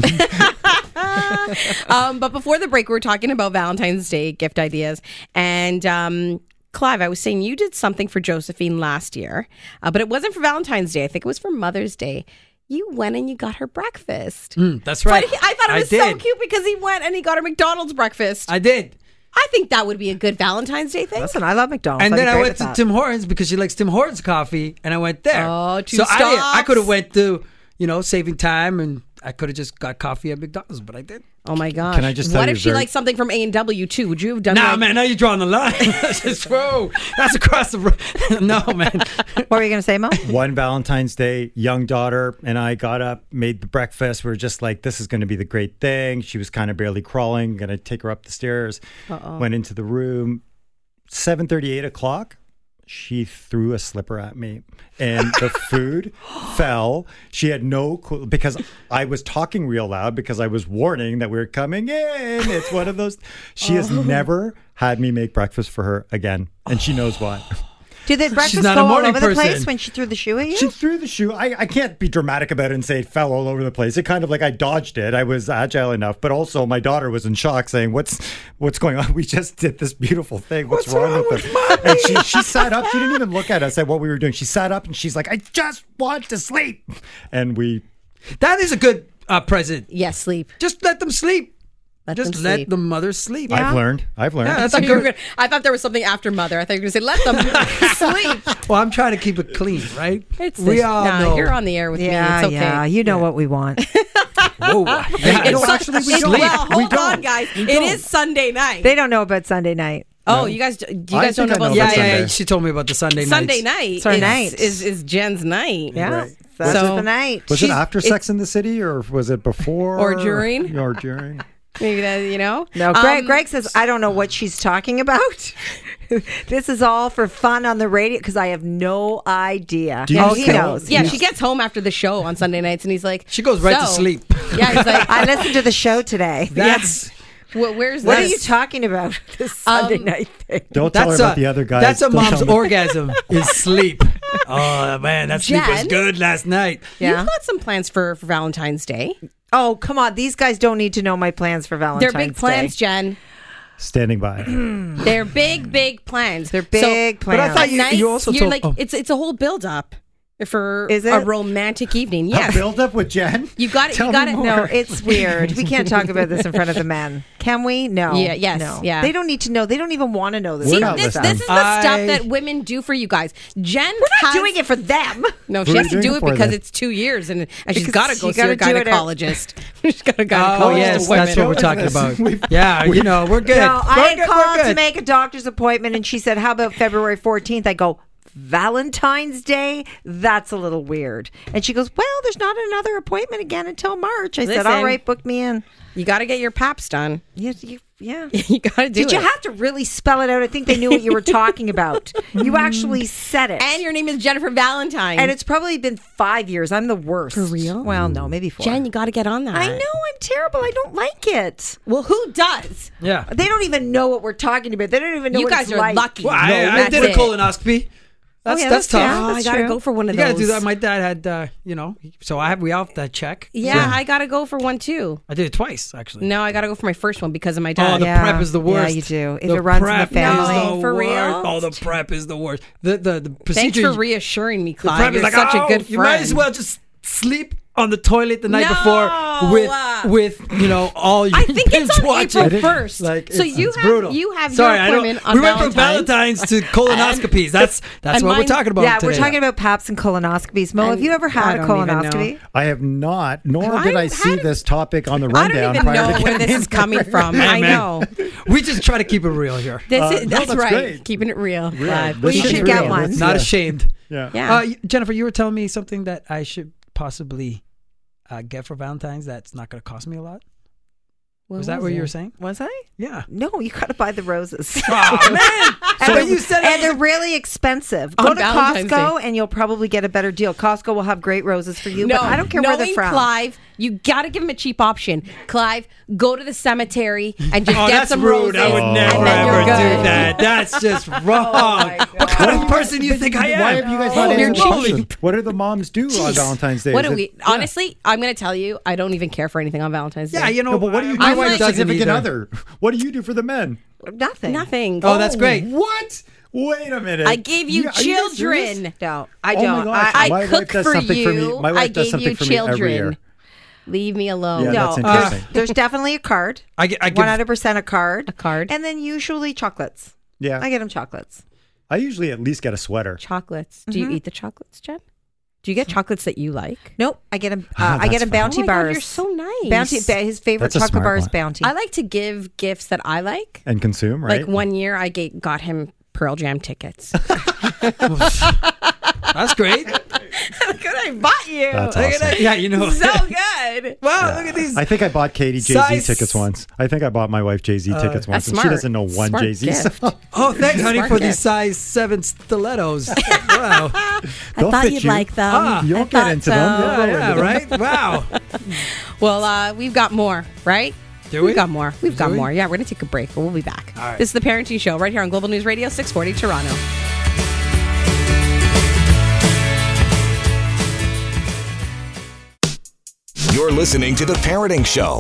Speaker 2: Um, but before the break, we were talking about Valentine's Day gift ideas. And um, Clive, I was saying you did something for Josephine last year, uh, but it wasn't for Valentine's Day. I think it was for Mother's Day. You went and you got her breakfast.
Speaker 5: Hmm.
Speaker 6: Mm, that's right.
Speaker 2: But he, I thought it was
Speaker 6: did.
Speaker 2: so cute because he went and he got her McDonald's breakfast. I,
Speaker 6: I did.
Speaker 2: think that would be a good Valentine's Day thing.
Speaker 3: Listen, I love McDonald's.
Speaker 6: And
Speaker 3: I'd be
Speaker 6: then I
Speaker 3: great
Speaker 6: went
Speaker 3: at
Speaker 6: to
Speaker 3: that.
Speaker 6: Tim Hortons because she likes Tim Hortons coffee, and I went there.
Speaker 2: Oh, two
Speaker 6: so I, I
Speaker 2: stops.
Speaker 6: could have went to you know saving time, and I could have just got coffee at McDonald's, but I did.
Speaker 2: oh my gosh!
Speaker 5: Can I just tell
Speaker 2: what
Speaker 5: you
Speaker 2: if she
Speaker 5: very-
Speaker 2: likes something from A and W too? Would you have done?
Speaker 6: Nah,
Speaker 2: like-
Speaker 6: man, now you're drawing the line. That's just whoa, that's across the road. no, man.
Speaker 3: What were you going to say, Mo?
Speaker 5: One Valentine's Day, young daughter and I got up, made the breakfast. We were just like, this is going to be the great thing. She was kind of barely crawling. Going to take her up the stairs. Went into the room. Seven thirty-eight o'clock. She threw a slipper at me, and the food fell. She had no clue because I was talking real loud because I was warning that we were coming in. It's one of those. She has never had me make breakfast for her again, and she knows why.
Speaker 3: Did the breakfast
Speaker 6: not
Speaker 3: go
Speaker 6: a
Speaker 3: all
Speaker 6: morning
Speaker 3: over the place
Speaker 6: person.
Speaker 3: when she threw the shoe at you?
Speaker 5: She threw the shoe. I, I can't be dramatic about it and say it fell all over the place. It kind of like I dodged it. I was agile enough, but also my daughter was in shock, saying, "What's what's going on? We just did this beautiful thing. What's, wrong, with it?" And she she sat up. She didn't even look at us at what we were doing. She sat up and she's like, "I just want to sleep." And we
Speaker 6: That is a good uh, present.
Speaker 2: Yes, sleep.
Speaker 6: Just let them sleep.
Speaker 2: Let
Speaker 6: just
Speaker 2: them
Speaker 6: let
Speaker 2: sleep.
Speaker 6: the mother sleep.
Speaker 5: I've learned. I've learned.
Speaker 6: Yeah, that's
Speaker 2: I
Speaker 6: a
Speaker 2: thought, you were
Speaker 6: good.
Speaker 2: gonna, I thought there was something after mother. I thought you were going to say, let them sleep.
Speaker 6: Well, I'm trying to keep it clean, right?
Speaker 2: It's
Speaker 6: we
Speaker 2: this-
Speaker 6: all
Speaker 2: nah,
Speaker 6: know.
Speaker 2: You're on the air with me. It's okay.
Speaker 3: yeah. You know what we want.
Speaker 6: Whoa. Yeah,
Speaker 2: It's
Speaker 6: no,
Speaker 2: Sun-
Speaker 5: actually, we
Speaker 2: it's-
Speaker 5: don't.
Speaker 2: Well,
Speaker 5: We
Speaker 2: hold on,
Speaker 5: don't.
Speaker 2: guys.
Speaker 5: We
Speaker 2: It
Speaker 5: don't.
Speaker 2: is Sunday night.
Speaker 3: they don't know about Sunday night.
Speaker 2: oh, you guys, do you
Speaker 5: I
Speaker 2: guys don't
Speaker 5: think
Speaker 2: know
Speaker 5: I
Speaker 2: about
Speaker 5: know
Speaker 6: yeah,
Speaker 5: about
Speaker 2: Sunday.
Speaker 6: yeah,
Speaker 5: Sunday.
Speaker 6: yeah. She told me about the Sunday night.
Speaker 2: Sunday night.
Speaker 3: It's our
Speaker 2: is,
Speaker 3: night.
Speaker 2: Is, is Jen's night.
Speaker 3: Yeah.
Speaker 5: Right.
Speaker 3: That's
Speaker 2: So-
Speaker 3: the night.
Speaker 5: was
Speaker 2: she's-
Speaker 5: it after
Speaker 2: it's-
Speaker 5: Sex in the City or was it before
Speaker 2: Or during?
Speaker 5: Or during?
Speaker 2: Maybe that, you know?
Speaker 3: No, Greg,
Speaker 2: Um,
Speaker 3: Greg says, I don't know what she's talking about. this is all for fun on the radio because I have no idea.
Speaker 5: Do you
Speaker 3: oh, he
Speaker 5: still-
Speaker 3: knows.
Speaker 2: Yeah, she gets home after the show on Sunday nights and he's like,
Speaker 6: She goes right to
Speaker 2: "So-"
Speaker 6: sleep.
Speaker 2: Yeah, he's like,
Speaker 3: I listened to the show today.
Speaker 6: That's
Speaker 2: "Wh- where's
Speaker 3: What
Speaker 2: this?
Speaker 3: are you talking about? This
Speaker 2: Um,
Speaker 3: Sunday night thing.
Speaker 5: Don't tell her
Speaker 6: that's
Speaker 5: about
Speaker 6: a
Speaker 5: the other guy.
Speaker 6: that's a
Speaker 5: Don't tell
Speaker 6: mom's
Speaker 5: me.
Speaker 6: orgasm is sleep. Oh man, that sleep was
Speaker 2: Jen?
Speaker 6: good last night.
Speaker 3: Yeah.
Speaker 2: You've got some plans for, for Valentine's Day.
Speaker 3: Oh, come on. These guys don't need to know my plans for Valentine's
Speaker 2: They're big plans,
Speaker 3: Day.
Speaker 2: Jen.
Speaker 5: Standing by.
Speaker 2: They're big, big plans. They're
Speaker 3: Big plans.
Speaker 6: But I thought you,
Speaker 2: nice.
Speaker 6: you also
Speaker 2: are
Speaker 6: told.
Speaker 2: like
Speaker 6: oh.
Speaker 2: it's it's a whole build up for
Speaker 3: Is
Speaker 2: a
Speaker 3: it?
Speaker 2: romantic evening.
Speaker 5: A
Speaker 2: Yes,
Speaker 5: build up with Jen.
Speaker 2: you got it.
Speaker 5: Tell
Speaker 2: you got
Speaker 5: me
Speaker 2: it.
Speaker 5: more.
Speaker 2: No,
Speaker 3: No, it's weird. We can't talk about this in front of the men. Can we? No.
Speaker 2: Yeah, yes,
Speaker 3: No.
Speaker 2: yeah.
Speaker 3: They don't need to know. They don't even want to know this.
Speaker 5: We're
Speaker 2: See,
Speaker 5: not
Speaker 2: this,
Speaker 5: listening.
Speaker 2: this is the stuff
Speaker 6: I-
Speaker 2: that women do for you guys. Jen
Speaker 3: We're
Speaker 2: has,
Speaker 3: not doing it for them.
Speaker 2: No, she
Speaker 5: We're
Speaker 2: has to
Speaker 5: doing
Speaker 2: do
Speaker 5: it
Speaker 2: it
Speaker 5: for
Speaker 2: because
Speaker 5: them.
Speaker 2: it's two years, and, and she's
Speaker 3: Because
Speaker 2: got to go
Speaker 3: you
Speaker 2: see her
Speaker 3: gotta do it at-
Speaker 2: gynecologist. she's got a gynecologist.
Speaker 6: Oh yes,
Speaker 2: appointment.
Speaker 6: that's what we're talking about. Yeah, you know we're good.
Speaker 3: No,
Speaker 6: We're
Speaker 3: I
Speaker 6: good, we're
Speaker 3: called to
Speaker 6: good.
Speaker 3: make a doctor's appointment, and she said, "How about February 14th?" I go, "Valentine's Day? That's a little weird." And she goes, "Well, there's not another appointment again until March." I said,
Speaker 2: Listen.
Speaker 3: "All right, book me in."
Speaker 2: You got to get your paps done.
Speaker 3: Yeah, you, yeah.
Speaker 2: you got to do
Speaker 3: Did
Speaker 2: it.
Speaker 3: you have to really spell it out? I think they knew what you were talking about. you actually said it.
Speaker 2: and your name is Jennifer Valentine.
Speaker 3: And it's probably been five years. I'm the worst. For
Speaker 2: real?
Speaker 3: Well, no, maybe four.
Speaker 2: Jen, you got to get on that.
Speaker 3: I know I'm terrible. I don't like it.
Speaker 2: Well, who does?
Speaker 6: Yeah.
Speaker 3: They don't even know what we're talking about. They don't even know
Speaker 2: you
Speaker 3: what
Speaker 2: guys
Speaker 3: it's
Speaker 2: are
Speaker 3: like.
Speaker 2: lucky.
Speaker 6: Well, I, I
Speaker 2: That's
Speaker 6: did a
Speaker 2: it.
Speaker 6: colonoscopy. That's
Speaker 3: yeah,
Speaker 6: that's,
Speaker 3: that's- yeah.
Speaker 6: tough.
Speaker 2: Oh, I got to
Speaker 3: true.
Speaker 2: go for one of
Speaker 6: You
Speaker 2: those.
Speaker 6: gotta do that. My dad had, uh, you know, so I have we all have that check.
Speaker 2: yeah, I got to go for one too.
Speaker 6: I did it twice actually.
Speaker 2: No, I got to go for my first one because of my
Speaker 6: Oh,
Speaker 2: dad.
Speaker 6: the
Speaker 3: Yeah.
Speaker 6: prep is the worst.
Speaker 3: Yeah, you do. If
Speaker 6: The
Speaker 3: it runs in the
Speaker 6: prep is
Speaker 3: family.
Speaker 2: No, for
Speaker 6: worst.
Speaker 2: real?
Speaker 6: Oh, the prep is the worst. The the, the
Speaker 2: Thanks
Speaker 6: procedure.
Speaker 2: for reassuring me,
Speaker 6: the
Speaker 2: Clive.
Speaker 6: is
Speaker 2: You're
Speaker 6: like,
Speaker 2: such
Speaker 6: "Oh,
Speaker 2: a good friend.
Speaker 6: You might as well just sleep on the toilet the night
Speaker 2: No!
Speaker 6: before with with you know all your
Speaker 2: I think it's
Speaker 6: binge
Speaker 2: on
Speaker 6: watching.
Speaker 2: April first.
Speaker 6: Like,
Speaker 2: so
Speaker 6: it's-
Speaker 2: you
Speaker 6: it's
Speaker 2: have
Speaker 6: brutal.
Speaker 2: you have
Speaker 6: Sorry,
Speaker 2: your
Speaker 6: I don't-
Speaker 2: appointment on
Speaker 6: we went
Speaker 2: Valentine's.
Speaker 6: from Valentine's to colonoscopies. That's that's
Speaker 2: and
Speaker 6: what we're
Speaker 2: mine-
Speaker 6: talking about.
Speaker 3: Yeah,
Speaker 6: today.
Speaker 3: we're talking about paps and colonoscopies. Mo, have
Speaker 2: And
Speaker 3: you ever
Speaker 2: I
Speaker 3: had a
Speaker 2: don't even know.
Speaker 3: colonoscopy?
Speaker 5: I have not, nor
Speaker 2: I
Speaker 5: did I
Speaker 2: haven't
Speaker 5: see
Speaker 2: had-
Speaker 5: this topic on the
Speaker 2: I
Speaker 5: rundown
Speaker 2: don't even
Speaker 5: prior
Speaker 2: know
Speaker 5: to
Speaker 2: where
Speaker 5: coming
Speaker 2: this is coming from.
Speaker 6: Hey,
Speaker 2: I
Speaker 6: man.
Speaker 2: know.
Speaker 6: We just try to keep it real here.
Speaker 2: This
Speaker 5: Uh,
Speaker 2: is,
Speaker 5: no,
Speaker 2: that's,
Speaker 5: that's
Speaker 2: right.
Speaker 5: great.
Speaker 2: Keeping it real.
Speaker 5: Real.
Speaker 2: Live.
Speaker 5: This
Speaker 3: You
Speaker 5: is
Speaker 3: should
Speaker 5: real.
Speaker 3: get one.
Speaker 5: That's-
Speaker 6: Not
Speaker 5: yeah.
Speaker 6: ashamed.
Speaker 5: Yeah.
Speaker 2: Yeah.
Speaker 6: Uh, you- Jennifer, you were telling me something that I should possibly uh, get for Valentine's. That's not going to cost me a lot.
Speaker 2: What
Speaker 6: was that what
Speaker 2: it?
Speaker 6: you were saying?
Speaker 3: Was I?
Speaker 6: Yeah.
Speaker 3: No, you got to buy the roses.
Speaker 6: Oh man!
Speaker 3: And
Speaker 6: so
Speaker 3: they're-
Speaker 6: you said
Speaker 3: and
Speaker 6: it.
Speaker 3: they're really expensive.
Speaker 2: On
Speaker 3: Go to
Speaker 2: Valentine's
Speaker 3: Costco and you'll probably get a better deal. Costco will have great roses for you,
Speaker 2: No,
Speaker 3: but I don't care where they're
Speaker 2: knowing
Speaker 3: from.
Speaker 2: Clive, you got to give him a cheap option. Clive, go to the cemetery and just
Speaker 6: Oh,
Speaker 2: get
Speaker 6: that's
Speaker 2: some
Speaker 6: rude.
Speaker 2: roses.
Speaker 6: I
Speaker 5: Oh.
Speaker 6: would never
Speaker 2: and then
Speaker 6: ever
Speaker 2: you're
Speaker 6: do
Speaker 2: good.
Speaker 6: that. That's just wrong. what kind of person do you think I am?
Speaker 5: Why have you guys not
Speaker 2: Oh, you're
Speaker 5: answered the
Speaker 2: cheating.
Speaker 5: question? What do the moms do on
Speaker 2: Jeez.
Speaker 5: Valentine's Day?
Speaker 2: What
Speaker 5: Is
Speaker 2: do
Speaker 5: it-
Speaker 2: we? Honestly, I'm going to tell you, I don't even care for anything on Valentine's Day.
Speaker 6: Yeah, you know.
Speaker 5: No, but what do you do
Speaker 6: my
Speaker 2: I'm
Speaker 5: for
Speaker 6: wife
Speaker 5: your
Speaker 2: like-
Speaker 6: doesn't
Speaker 5: significant
Speaker 6: either.
Speaker 5: other? What do you do for the men?
Speaker 3: Nothing.
Speaker 2: nothing. Oh,
Speaker 6: Oh, that's great.
Speaker 5: What? Wait a minute.
Speaker 2: I gave you
Speaker 5: are guys serious?
Speaker 2: children.
Speaker 3: No, I
Speaker 5: Oh my
Speaker 3: don't.
Speaker 5: gosh.
Speaker 3: I,
Speaker 2: I
Speaker 5: My wife
Speaker 2: cook
Speaker 5: does
Speaker 2: for
Speaker 5: something
Speaker 2: you.
Speaker 5: for me- my wife
Speaker 2: I
Speaker 5: does
Speaker 2: gave
Speaker 5: something
Speaker 2: you
Speaker 5: for me
Speaker 2: children.
Speaker 5: every year.
Speaker 2: Leave me alone.
Speaker 5: Yeah,
Speaker 3: no, Uh,
Speaker 5: that's interesting.
Speaker 3: there's definitely a card.
Speaker 6: I, gi- I give,
Speaker 3: One hundred percent a card. A
Speaker 2: card.
Speaker 3: and then usually chocolates.
Speaker 5: yeah.
Speaker 3: I get them chocolates.
Speaker 5: I usually at least get a sweater.
Speaker 2: Chocolates. Do you eat the chocolates, Jen? Do you get chocolates that you like?
Speaker 3: Nope, I get them.
Speaker 5: Ah,
Speaker 3: Uh, I get
Speaker 5: that's
Speaker 3: them
Speaker 5: fine.
Speaker 3: bounty
Speaker 2: oh my
Speaker 3: bars.
Speaker 2: God, you're so nice.
Speaker 3: Bounty. Ba- his favorite
Speaker 5: That's a
Speaker 3: chocolate
Speaker 5: smart
Speaker 3: bar is
Speaker 5: one.
Speaker 3: bounty.
Speaker 2: I like to give gifts that I like.
Speaker 5: And consume, right?
Speaker 2: Like one year, I ga- got him Pearl Jam tickets.
Speaker 6: that's great.
Speaker 2: Good, I bought you.
Speaker 5: That's
Speaker 6: Look at
Speaker 5: awesome.
Speaker 6: that. Yeah, you know.
Speaker 2: So good.
Speaker 6: wow, look at these.
Speaker 5: I think I bought Katie Jay Z
Speaker 6: Size-
Speaker 5: tickets once. I think I bought my wife Jay Z tickets once, and she
Speaker 2: Uh, smart.
Speaker 5: doesn't know one
Speaker 2: Smart
Speaker 5: Jay Z
Speaker 2: gift.
Speaker 5: song.
Speaker 6: Oh, thanks, honey,
Speaker 2: Smart
Speaker 6: for these
Speaker 2: gift.
Speaker 6: size seven stilettos. wow.
Speaker 5: They'll fit you.
Speaker 2: them.
Speaker 6: Ah,
Speaker 5: You'll get into them. You'll
Speaker 6: Yeah,
Speaker 5: roll
Speaker 6: yeah,
Speaker 5: into
Speaker 6: right?
Speaker 5: them.
Speaker 6: Wow.
Speaker 2: Well, uh, we've got more, right?
Speaker 6: Do we?
Speaker 2: have got more. We've got
Speaker 6: Do we?
Speaker 2: more. Yeah, we're going to take a break, but we'll be back.
Speaker 6: All right.
Speaker 2: This is the Parenting Show right here on Global News Radio 640 Toronto.
Speaker 1: You're listening to The Parenting Show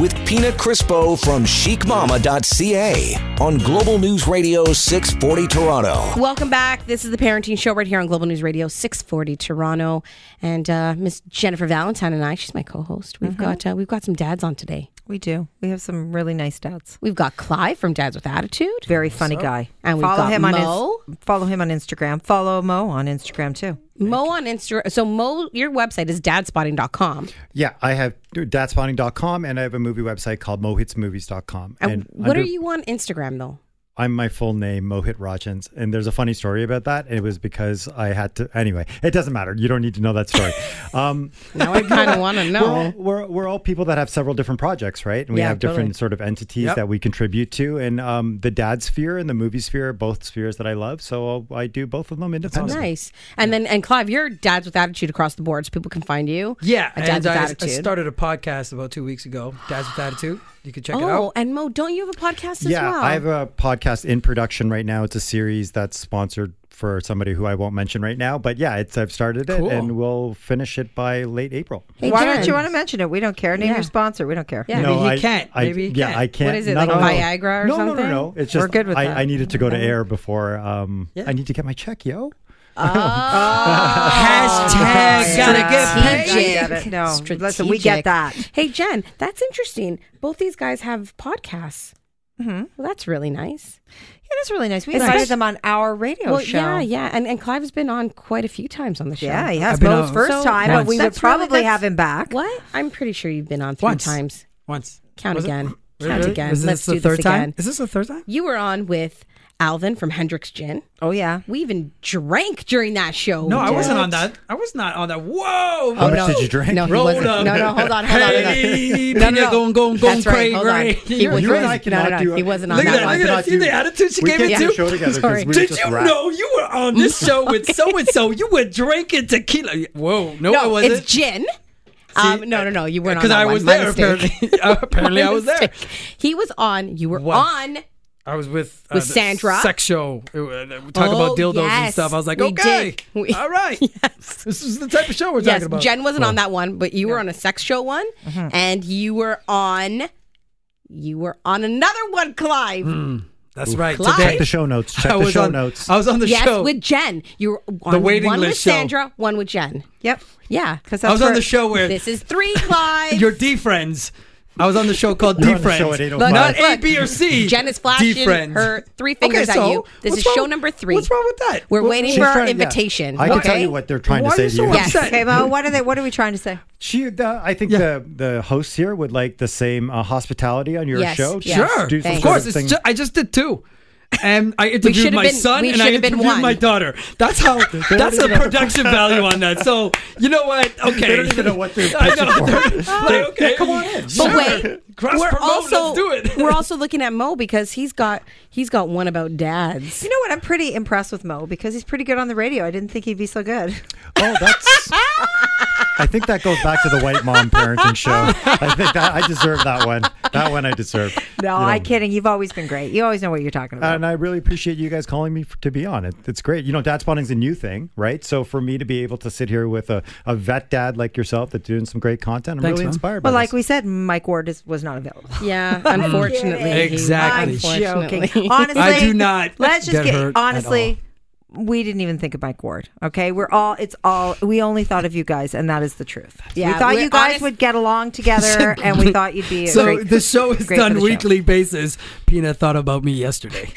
Speaker 1: with Pina Crispo from chicmama.ca on Global News Radio 640 Toronto.
Speaker 2: Welcome back. This is the Parenting Show right here on Global News Radio 640 Toronto, and uh, Miss Jennifer Valentine and I. She's my co-host.
Speaker 6: Mm-hmm.
Speaker 2: We've got uh, we've got some dads on today.
Speaker 3: we do. We have some really nice dads.
Speaker 2: We've got Clive from Dads with Attitude.
Speaker 3: Very funny guy.
Speaker 2: And we've
Speaker 3: follow
Speaker 2: got
Speaker 3: him
Speaker 2: Mo.
Speaker 3: on his, follow him on Instagram. Follow Mo on Instagram too.
Speaker 2: Mo on Instagram. So Mo, your website is dadspotting.com.
Speaker 5: Yeah, I have dadspotting.com and I have a movie website called mohitsmovies.com.
Speaker 2: And,
Speaker 5: and
Speaker 2: what
Speaker 5: under-
Speaker 2: are you on Instagram though?
Speaker 5: I'm my full name, Mohit Rajans. And there's a funny story about that. It was because I had to, anyway, it doesn't matter. You don't need to know that story. um,
Speaker 2: Now I kind of want to
Speaker 5: We're all,
Speaker 2: know.
Speaker 5: we're, we're all people that have several different projects, right? And we
Speaker 2: Yeah,
Speaker 5: have
Speaker 2: totally.
Speaker 5: different sort of entities
Speaker 6: Yep.
Speaker 5: that we contribute to. And um, the dad sphere and the movie sphere are both spheres that I love. So I do both of them independently.
Speaker 2: Nice. And then and Clive, you're Dads with Attitude across the board, so people can find you.
Speaker 6: Yeah,
Speaker 2: at Dads
Speaker 6: and
Speaker 2: with
Speaker 6: I, I
Speaker 2: Attitude.
Speaker 6: started a podcast about two weeks ago, Dads with Attitude. You can check it
Speaker 2: oh,
Speaker 6: out.
Speaker 2: and Mo, don't you have a podcast as
Speaker 5: yeah,
Speaker 2: well?
Speaker 5: I have a podcast in production right now. It's a series that's sponsored for somebody who I won't mention right now. But yeah, it's I've started it
Speaker 6: Cool.
Speaker 5: and we'll finish it by late April.
Speaker 2: Hey,
Speaker 3: Why
Speaker 2: Jen.
Speaker 3: don't you want to mention it? We don't care. Name
Speaker 2: Yeah.
Speaker 3: your sponsor. We don't care.
Speaker 2: Yeah.
Speaker 6: Maybe he
Speaker 5: I,
Speaker 6: can't.
Speaker 5: I,
Speaker 6: Maybe he
Speaker 5: yeah,
Speaker 6: can't.
Speaker 5: I can't.
Speaker 2: What is it,
Speaker 5: not
Speaker 2: like
Speaker 5: only-
Speaker 2: Viagra or
Speaker 5: no, No,
Speaker 2: something?
Speaker 5: no, no. It's
Speaker 3: We're
Speaker 5: just
Speaker 3: good with
Speaker 5: I,
Speaker 3: that.
Speaker 5: I needed to go to air before. Um, I need to get my check, yo.
Speaker 2: Oh.
Speaker 6: Hashtag gotta get
Speaker 3: Oh, I
Speaker 6: paid.
Speaker 3: get it. No, listen, we
Speaker 2: Strategic.
Speaker 3: get that.
Speaker 2: Hey, Jen, that's interesting. Both these guys have podcasts.
Speaker 3: Mm-hmm.
Speaker 2: Well, that's really nice.
Speaker 3: It is really nice. We
Speaker 2: Especially-
Speaker 3: invited them on our radio
Speaker 2: well,
Speaker 3: show.
Speaker 2: yeah, yeah, and and Clive's been on quite a few times on the show.
Speaker 3: Yeah, he
Speaker 6: I've
Speaker 3: has
Speaker 6: been
Speaker 3: Mo's
Speaker 6: on
Speaker 3: first
Speaker 2: So
Speaker 3: time,
Speaker 2: once.
Speaker 3: but we would
Speaker 2: That's really-
Speaker 3: probably
Speaker 2: that's-
Speaker 3: have him back.
Speaker 2: What? I'm pretty sure you've been on three
Speaker 6: Once.
Speaker 2: times.
Speaker 6: Once.
Speaker 2: Count
Speaker 6: Was it-
Speaker 2: again.
Speaker 6: Really?
Speaker 2: Count again.
Speaker 6: Is this
Speaker 2: Let's
Speaker 6: the
Speaker 2: do
Speaker 6: third
Speaker 2: this
Speaker 6: time?
Speaker 2: again.
Speaker 6: Is this the third time?
Speaker 2: You were on with Alvin from Hendrix Gin.
Speaker 3: Oh yeah.
Speaker 2: We even drank during that show.
Speaker 6: No,
Speaker 2: We
Speaker 6: I
Speaker 2: did.
Speaker 6: wasn't on that. I was not on that. Whoa!
Speaker 5: How much did you drink?
Speaker 2: No, he
Speaker 6: Roll
Speaker 2: wasn't.
Speaker 6: up.
Speaker 2: No, no, hold on, hold on. hold on.
Speaker 6: Hey,
Speaker 2: No, no,
Speaker 6: Pina,
Speaker 2: no.
Speaker 6: going, going, going,
Speaker 2: That's right.
Speaker 6: cray,
Speaker 2: Hold on.
Speaker 6: cray.
Speaker 2: He was,
Speaker 5: You and I
Speaker 2: no,
Speaker 5: cannot
Speaker 2: no,
Speaker 5: do
Speaker 2: no.
Speaker 5: it.
Speaker 2: He wasn't on
Speaker 6: Look at
Speaker 2: that
Speaker 6: that,
Speaker 2: one.
Speaker 6: look at that. See the attitude she
Speaker 5: we
Speaker 6: gave
Speaker 5: can't
Speaker 6: it
Speaker 5: do
Speaker 6: to?
Speaker 5: a show together
Speaker 2: Sorry.
Speaker 5: because we
Speaker 6: Did
Speaker 5: just
Speaker 6: you
Speaker 5: rap.
Speaker 6: know you were on this show with so and so? You were drinking tequila. Whoa, no, I
Speaker 2: No,
Speaker 6: wasn't.
Speaker 2: it's gin. Um, no, no, no. You weren't on
Speaker 6: Because
Speaker 2: that
Speaker 6: I
Speaker 2: one.
Speaker 6: was
Speaker 2: My
Speaker 6: there.
Speaker 2: mistake.
Speaker 6: Apparently, apparently I was there.
Speaker 2: Mistake. He was on. You were
Speaker 6: What?
Speaker 2: on.
Speaker 6: I was with uh,
Speaker 2: With
Speaker 6: the
Speaker 2: Sandra?
Speaker 6: Sex show. It wa- uh, We talk
Speaker 2: Oh,
Speaker 6: about dildos and
Speaker 2: yes.
Speaker 6: stuff. I was like,
Speaker 2: We
Speaker 6: okay,
Speaker 2: did. We-
Speaker 6: all right.
Speaker 2: Yes.
Speaker 6: This is the type of show we're
Speaker 2: Yes,
Speaker 6: talking about. Mm-hmm.
Speaker 2: Jen wasn't on that one, but you were on a sex show one, and you were on, you were on another one, Clive.
Speaker 6: Mm. That's right.
Speaker 2: Clive.
Speaker 6: Today
Speaker 5: Check the show notes. Check
Speaker 6: I
Speaker 5: the
Speaker 6: was
Speaker 5: show
Speaker 6: on.
Speaker 5: notes.
Speaker 6: I was on the
Speaker 2: yes,
Speaker 6: show.
Speaker 2: with Jen. You were on
Speaker 6: waiting
Speaker 2: one with
Speaker 6: list show.
Speaker 2: Sandra, one with Jen.
Speaker 3: Yep.
Speaker 2: Yeah,
Speaker 3: Because
Speaker 6: I was on the show where
Speaker 2: this is three, Clive.
Speaker 6: your D friends. I was on the show called
Speaker 5: You're
Speaker 6: D
Speaker 5: on the show
Speaker 6: friends.
Speaker 5: at
Speaker 6: Not
Speaker 2: Look,
Speaker 5: 8:05.
Speaker 2: look,
Speaker 6: A, B, or C.
Speaker 2: Jen is flashing
Speaker 6: D friends.
Speaker 2: her three fingers
Speaker 6: Okay,
Speaker 2: at
Speaker 6: so
Speaker 2: you. This
Speaker 6: what's
Speaker 2: is
Speaker 6: wrong-
Speaker 2: show number three.
Speaker 6: What's wrong with that?
Speaker 2: We're
Speaker 6: What-
Speaker 2: waiting
Speaker 5: She's
Speaker 2: for our
Speaker 5: trying- yeah.
Speaker 2: invitation.
Speaker 5: I can
Speaker 2: okay?
Speaker 5: tell you what they're trying
Speaker 6: Why
Speaker 5: to
Speaker 6: are
Speaker 5: say
Speaker 6: you
Speaker 5: to
Speaker 6: so
Speaker 5: you.
Speaker 2: upset? Yes.
Speaker 3: Okay, Mo. What are they? What are we trying to say?
Speaker 5: She, the, I think
Speaker 6: Yeah.
Speaker 5: the the hosts here would like the same uh, hospitality on your
Speaker 2: Yes,
Speaker 5: show.
Speaker 2: yes.
Speaker 5: Just
Speaker 6: Sure,
Speaker 5: do some
Speaker 2: Thanks.
Speaker 6: of
Speaker 5: sort
Speaker 6: course. It's
Speaker 5: thing.
Speaker 6: ju- I just did two, and I interviewed
Speaker 2: should've
Speaker 6: my
Speaker 2: been-
Speaker 6: son
Speaker 2: we
Speaker 6: and I
Speaker 2: should've been
Speaker 6: interviewed
Speaker 2: one.
Speaker 6: my daughter. That's how. that's the production value on that. So you know what? Okay,
Speaker 5: They don't even know what they're
Speaker 6: I
Speaker 5: pitching
Speaker 6: know.
Speaker 5: for.
Speaker 6: Like, okay, come on
Speaker 5: in.
Speaker 2: But
Speaker 6: Sure.
Speaker 2: wait,
Speaker 6: Cross
Speaker 2: we're
Speaker 6: promote,
Speaker 2: also
Speaker 6: let's do it.
Speaker 2: we're also looking at Mo because he's got he's got one about dads.
Speaker 3: You know what? I'm pretty impressed with Mo because he's pretty good on the radio. I didn't think he'd be so good.
Speaker 5: Oh, that's. I think that goes back to the white mom parenting show. I think that I deserve that one. That one I deserve.
Speaker 3: No,
Speaker 5: You know, Uh,
Speaker 3: I'm kidding. You've always been great. You always know what you're talking about.
Speaker 5: And I really appreciate you guys calling me f- to be on it. It's great. You know, dad spotting's a new thing, right? So for me to be able to sit here with a, a vet dad like yourself that's doing some great content, I'm
Speaker 6: Thanks,
Speaker 5: really
Speaker 6: man.
Speaker 5: inspired by
Speaker 3: But like
Speaker 5: this.
Speaker 3: we said, Mike Ward is, was not available.
Speaker 2: Yeah, unfortunately. he-
Speaker 6: Exactly.
Speaker 3: I'm
Speaker 2: Unfortunately.
Speaker 3: joking. Honestly,
Speaker 6: I do not
Speaker 3: Let's just
Speaker 6: get
Speaker 3: get,
Speaker 6: hurt at
Speaker 3: honestly. We didn't even think of Mike Ward. Okay, we're all. It's all. We only thought of you guys, and that is the truth.
Speaker 2: Yeah,
Speaker 3: we thought
Speaker 2: we're
Speaker 3: you guys
Speaker 2: honest-
Speaker 3: would get along together, and we thought you'd be. A
Speaker 6: So
Speaker 3: great,
Speaker 6: the show is
Speaker 3: great for
Speaker 6: done
Speaker 3: the show.
Speaker 6: weekly basis. Pina thought about me yesterday.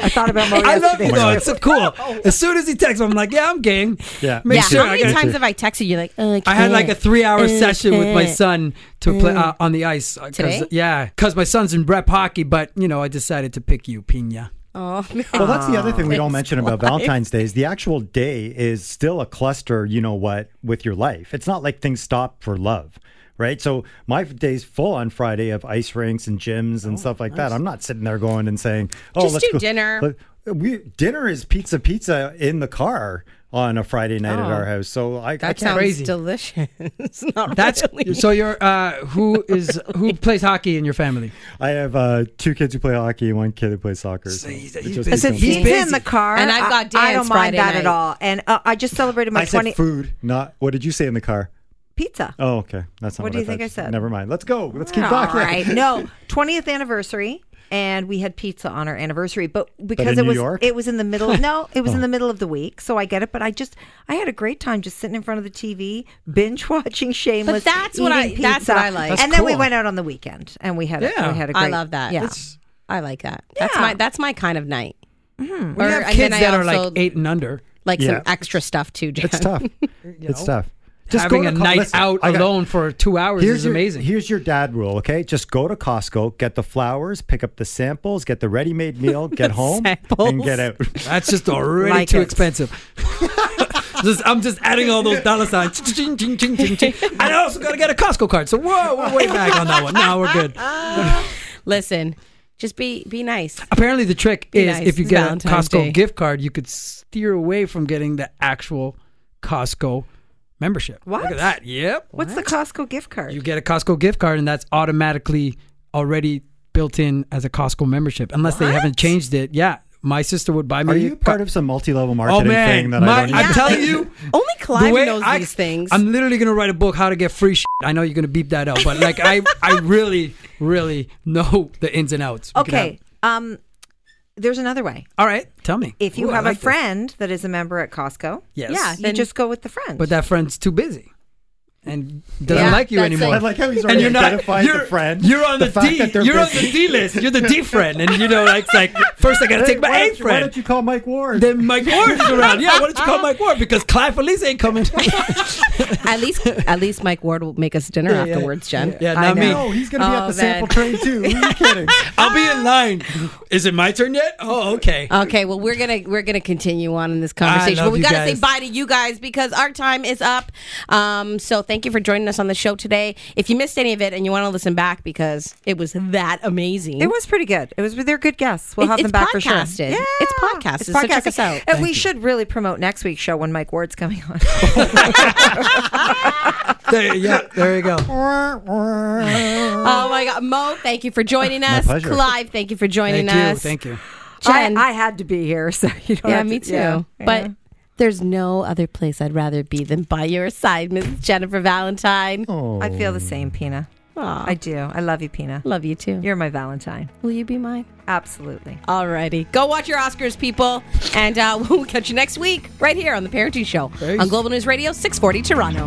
Speaker 3: I thought about Mo.
Speaker 6: I love
Speaker 3: yesterday.
Speaker 6: you though. It's so cool. As soon as he texts, I'm like, yeah, I'm game.
Speaker 5: Yeah.
Speaker 6: Make
Speaker 2: yeah.
Speaker 6: sure
Speaker 2: How
Speaker 6: I
Speaker 2: many
Speaker 6: get-
Speaker 2: times have I texted you like uh,
Speaker 6: I had like a
Speaker 2: can't.
Speaker 6: three-hour
Speaker 2: Uh,
Speaker 6: session with my
Speaker 2: can't.
Speaker 6: son to play uh, on the ice. uh, 'cause-
Speaker 2: Today?
Speaker 6: yeah, because my son's in rep hockey, but you know, I decided to pick you, Pina.
Speaker 2: Oh,
Speaker 5: Well, that's the other thing we don't
Speaker 2: Thanks,
Speaker 5: mention about
Speaker 2: Clive.
Speaker 5: Valentine's Day is the actual day is still a cluster, you know what, with your life. It's not like things stop for love, right? So my day's full on Friday of ice rinks and gyms and stuff like that. I'm not sitting there going and saying, oh,
Speaker 2: Oh, Just
Speaker 5: let's
Speaker 2: do
Speaker 5: go.
Speaker 2: dinner.
Speaker 5: Let- we, dinner is pizza pizza in the car on a Friday night at
Speaker 2: Oh.
Speaker 5: our house. So I, I
Speaker 2: that
Speaker 5: can't.
Speaker 2: sounds
Speaker 6: Crazy.
Speaker 2: delicious. Not
Speaker 6: That's
Speaker 2: really.
Speaker 6: so. You're uh, who is who plays hockey in your family?
Speaker 5: I have uh, two kids who play hockey and one kid who plays soccer. So
Speaker 6: he's-
Speaker 5: it
Speaker 6: he's busy.
Speaker 5: just becomes-
Speaker 3: Listen,
Speaker 6: He's
Speaker 3: pizza in
Speaker 6: busy.
Speaker 3: the car,
Speaker 2: And I've got
Speaker 3: I, I
Speaker 2: dance
Speaker 3: don't
Speaker 2: Friday
Speaker 3: mind that
Speaker 2: night.
Speaker 3: at all. And uh, I just celebrated my
Speaker 5: I said
Speaker 3: 20
Speaker 5: food, not what did you say in the car?
Speaker 3: pizza.
Speaker 5: Oh, okay. That's
Speaker 3: What
Speaker 5: not what,
Speaker 3: do you think
Speaker 5: thought
Speaker 3: I
Speaker 5: you
Speaker 3: said?
Speaker 5: Never mind. Let's go. Let's keep
Speaker 3: All
Speaker 5: talking.
Speaker 3: right. No, 20th anniversary and we had pizza on our anniversary, but because
Speaker 5: in
Speaker 3: it
Speaker 5: New
Speaker 3: was
Speaker 5: York?
Speaker 3: it was in the middle no, it was in the middle of the week, so I get it, but I just I had a great time just sitting in front of the TV, binge watching Shameless.
Speaker 2: that's what I-
Speaker 3: eating
Speaker 2: that's
Speaker 3: pizza.
Speaker 2: what I like. That's
Speaker 3: and then we
Speaker 6: cool.
Speaker 3: went out on the weekend and we had
Speaker 6: Yeah.
Speaker 3: a, we had a
Speaker 2: I
Speaker 3: great
Speaker 2: love that.
Speaker 3: Yeah.
Speaker 6: It's,
Speaker 2: I like that. That's
Speaker 3: Yeah.
Speaker 2: my that's my kind of night.
Speaker 6: we
Speaker 2: Or-
Speaker 6: have
Speaker 2: and
Speaker 6: kids
Speaker 2: then I
Speaker 6: that are like
Speaker 2: also-
Speaker 6: eight and under.
Speaker 2: Like
Speaker 5: Yeah.
Speaker 2: some extra stuff too, Jen.
Speaker 5: It's tough. it's tough.
Speaker 6: Having
Speaker 5: go
Speaker 6: a
Speaker 5: to Co-
Speaker 6: night
Speaker 5: listen,
Speaker 6: out
Speaker 5: I got-
Speaker 6: alone for two hours
Speaker 5: Here's
Speaker 6: is
Speaker 5: your-
Speaker 6: amazing.
Speaker 5: here's your dad rule, okay? Just go to Costco, get the flowers, pick up the samples, get the ready-made meal, get home, and
Speaker 2: samples.
Speaker 5: get out.
Speaker 6: That's just already
Speaker 3: Like
Speaker 6: too
Speaker 3: it.
Speaker 6: expensive. Just- I'm just adding all those dollar signs. Ching, ching, ching, ching, ching. And I also got to get a Costco card. So whoa, we're way back on that one. No, we're good.
Speaker 2: Listen, just be be nice.
Speaker 6: Apparently, the trick
Speaker 2: Be
Speaker 6: is
Speaker 2: nice.
Speaker 6: if you
Speaker 2: It's
Speaker 6: get a
Speaker 2: Valentine's
Speaker 6: Costco
Speaker 2: Day.
Speaker 6: gift card, you could steer away from getting the actual Costco membership. Look
Speaker 3: What?
Speaker 6: at that. Yep.
Speaker 3: What's the Costco gift card?
Speaker 6: You get a Costco gift card, and that's automatically already built in as a Costco membership, unless they haven't changed it. Yeah. My sister would buy me.
Speaker 5: Are
Speaker 6: a
Speaker 5: you part
Speaker 6: co-
Speaker 5: of some multi-level
Speaker 6: Oh
Speaker 5: marketing
Speaker 6: man,
Speaker 5: thing that
Speaker 6: My-
Speaker 5: I don't
Speaker 6: I'm
Speaker 5: even-
Speaker 6: telling you,
Speaker 2: Only
Speaker 6: the
Speaker 2: Clive
Speaker 6: way
Speaker 2: knows
Speaker 6: I-
Speaker 2: these things.
Speaker 6: I'm literally gonna write a book, How to Get Free. Shit. I know you're gonna beep that out, but like I, I really, really know the ins and outs. We could
Speaker 3: okay.
Speaker 6: have-
Speaker 3: Um there's another way.
Speaker 6: all right, tell me
Speaker 3: If you
Speaker 6: Ooh, I
Speaker 3: have
Speaker 6: like
Speaker 3: a
Speaker 6: this.
Speaker 3: friend that is a member at Costco,
Speaker 6: Yes.
Speaker 3: yeah, you
Speaker 2: Then-
Speaker 3: just go with the friend.
Speaker 6: but that friend's too busy. and doesn't
Speaker 2: Yeah,
Speaker 6: like you
Speaker 2: that's
Speaker 6: anymore.
Speaker 2: it.
Speaker 5: I like how he's
Speaker 6: and
Speaker 5: already
Speaker 6: you're not
Speaker 5: identified
Speaker 6: you're,
Speaker 5: the friend.
Speaker 6: You're on the,
Speaker 5: fact
Speaker 6: D.
Speaker 5: that they're
Speaker 6: You're on
Speaker 5: busy.
Speaker 6: the D list. You're the D friend, and you know like it's like first I gotta
Speaker 5: Hey,
Speaker 6: take my
Speaker 5: why
Speaker 6: A
Speaker 5: don't you- Why
Speaker 6: friend.
Speaker 5: don't you call Mike Ward?
Speaker 6: Then Mike Ward is around. Yeah, why don't you call Mike Ward because Clive Felice ain't coming.
Speaker 2: At least, at least Mike Ward will make us dinner afterwards, Jen.
Speaker 6: yeah,
Speaker 3: I
Speaker 6: not me.
Speaker 5: no, he's gonna be at
Speaker 2: Oh,
Speaker 5: the sample
Speaker 2: man.
Speaker 5: train too. Who are you kidding?
Speaker 6: I'll be in line. Is it my turn yet? Oh, okay.
Speaker 2: Okay, well we're gonna we're gonna continue on in this conversation,
Speaker 6: love
Speaker 2: but we
Speaker 6: you
Speaker 2: gotta
Speaker 6: guys.
Speaker 2: say bye to you guys because our time is up. Um, so thank you for joining us on the show today. If you missed any of it and you want to listen back because it was that amazing,
Speaker 3: It was pretty good. It was they're good guests. We'll
Speaker 2: It's-
Speaker 3: have them
Speaker 2: it's
Speaker 3: back for sure.
Speaker 2: podcasted. It's podcasted, so check us out.
Speaker 3: And we should really promote next week's show when Mike Ward's coming on.
Speaker 6: There, yeah, there you go.
Speaker 2: Oh my God, Mo, thank you for joining us.
Speaker 5: pleasure.
Speaker 2: Clive, thank you for joining
Speaker 6: Thank you.
Speaker 2: us.
Speaker 6: Thank you.
Speaker 3: I,
Speaker 2: Jen.
Speaker 3: I had to be here, so you don't.
Speaker 2: yeah,
Speaker 3: have
Speaker 2: me
Speaker 3: to-
Speaker 2: too.
Speaker 3: yeah,
Speaker 2: But
Speaker 3: yeah.
Speaker 2: there's no other place I'd rather be than by your side, Miss Jennifer Valentine.
Speaker 3: I feel the same, Pina.
Speaker 2: Aw,
Speaker 3: I do. I love you, Pina.
Speaker 2: love you too.
Speaker 3: You're my Valentine.
Speaker 2: Will you be mine?
Speaker 3: Absolutely.
Speaker 2: Alrighty. Go watch your Oscars, people. And uh, we'll catch you next week right here on The Parenting Show
Speaker 6: Thanks.
Speaker 2: on Global News Radio 640 Toronto.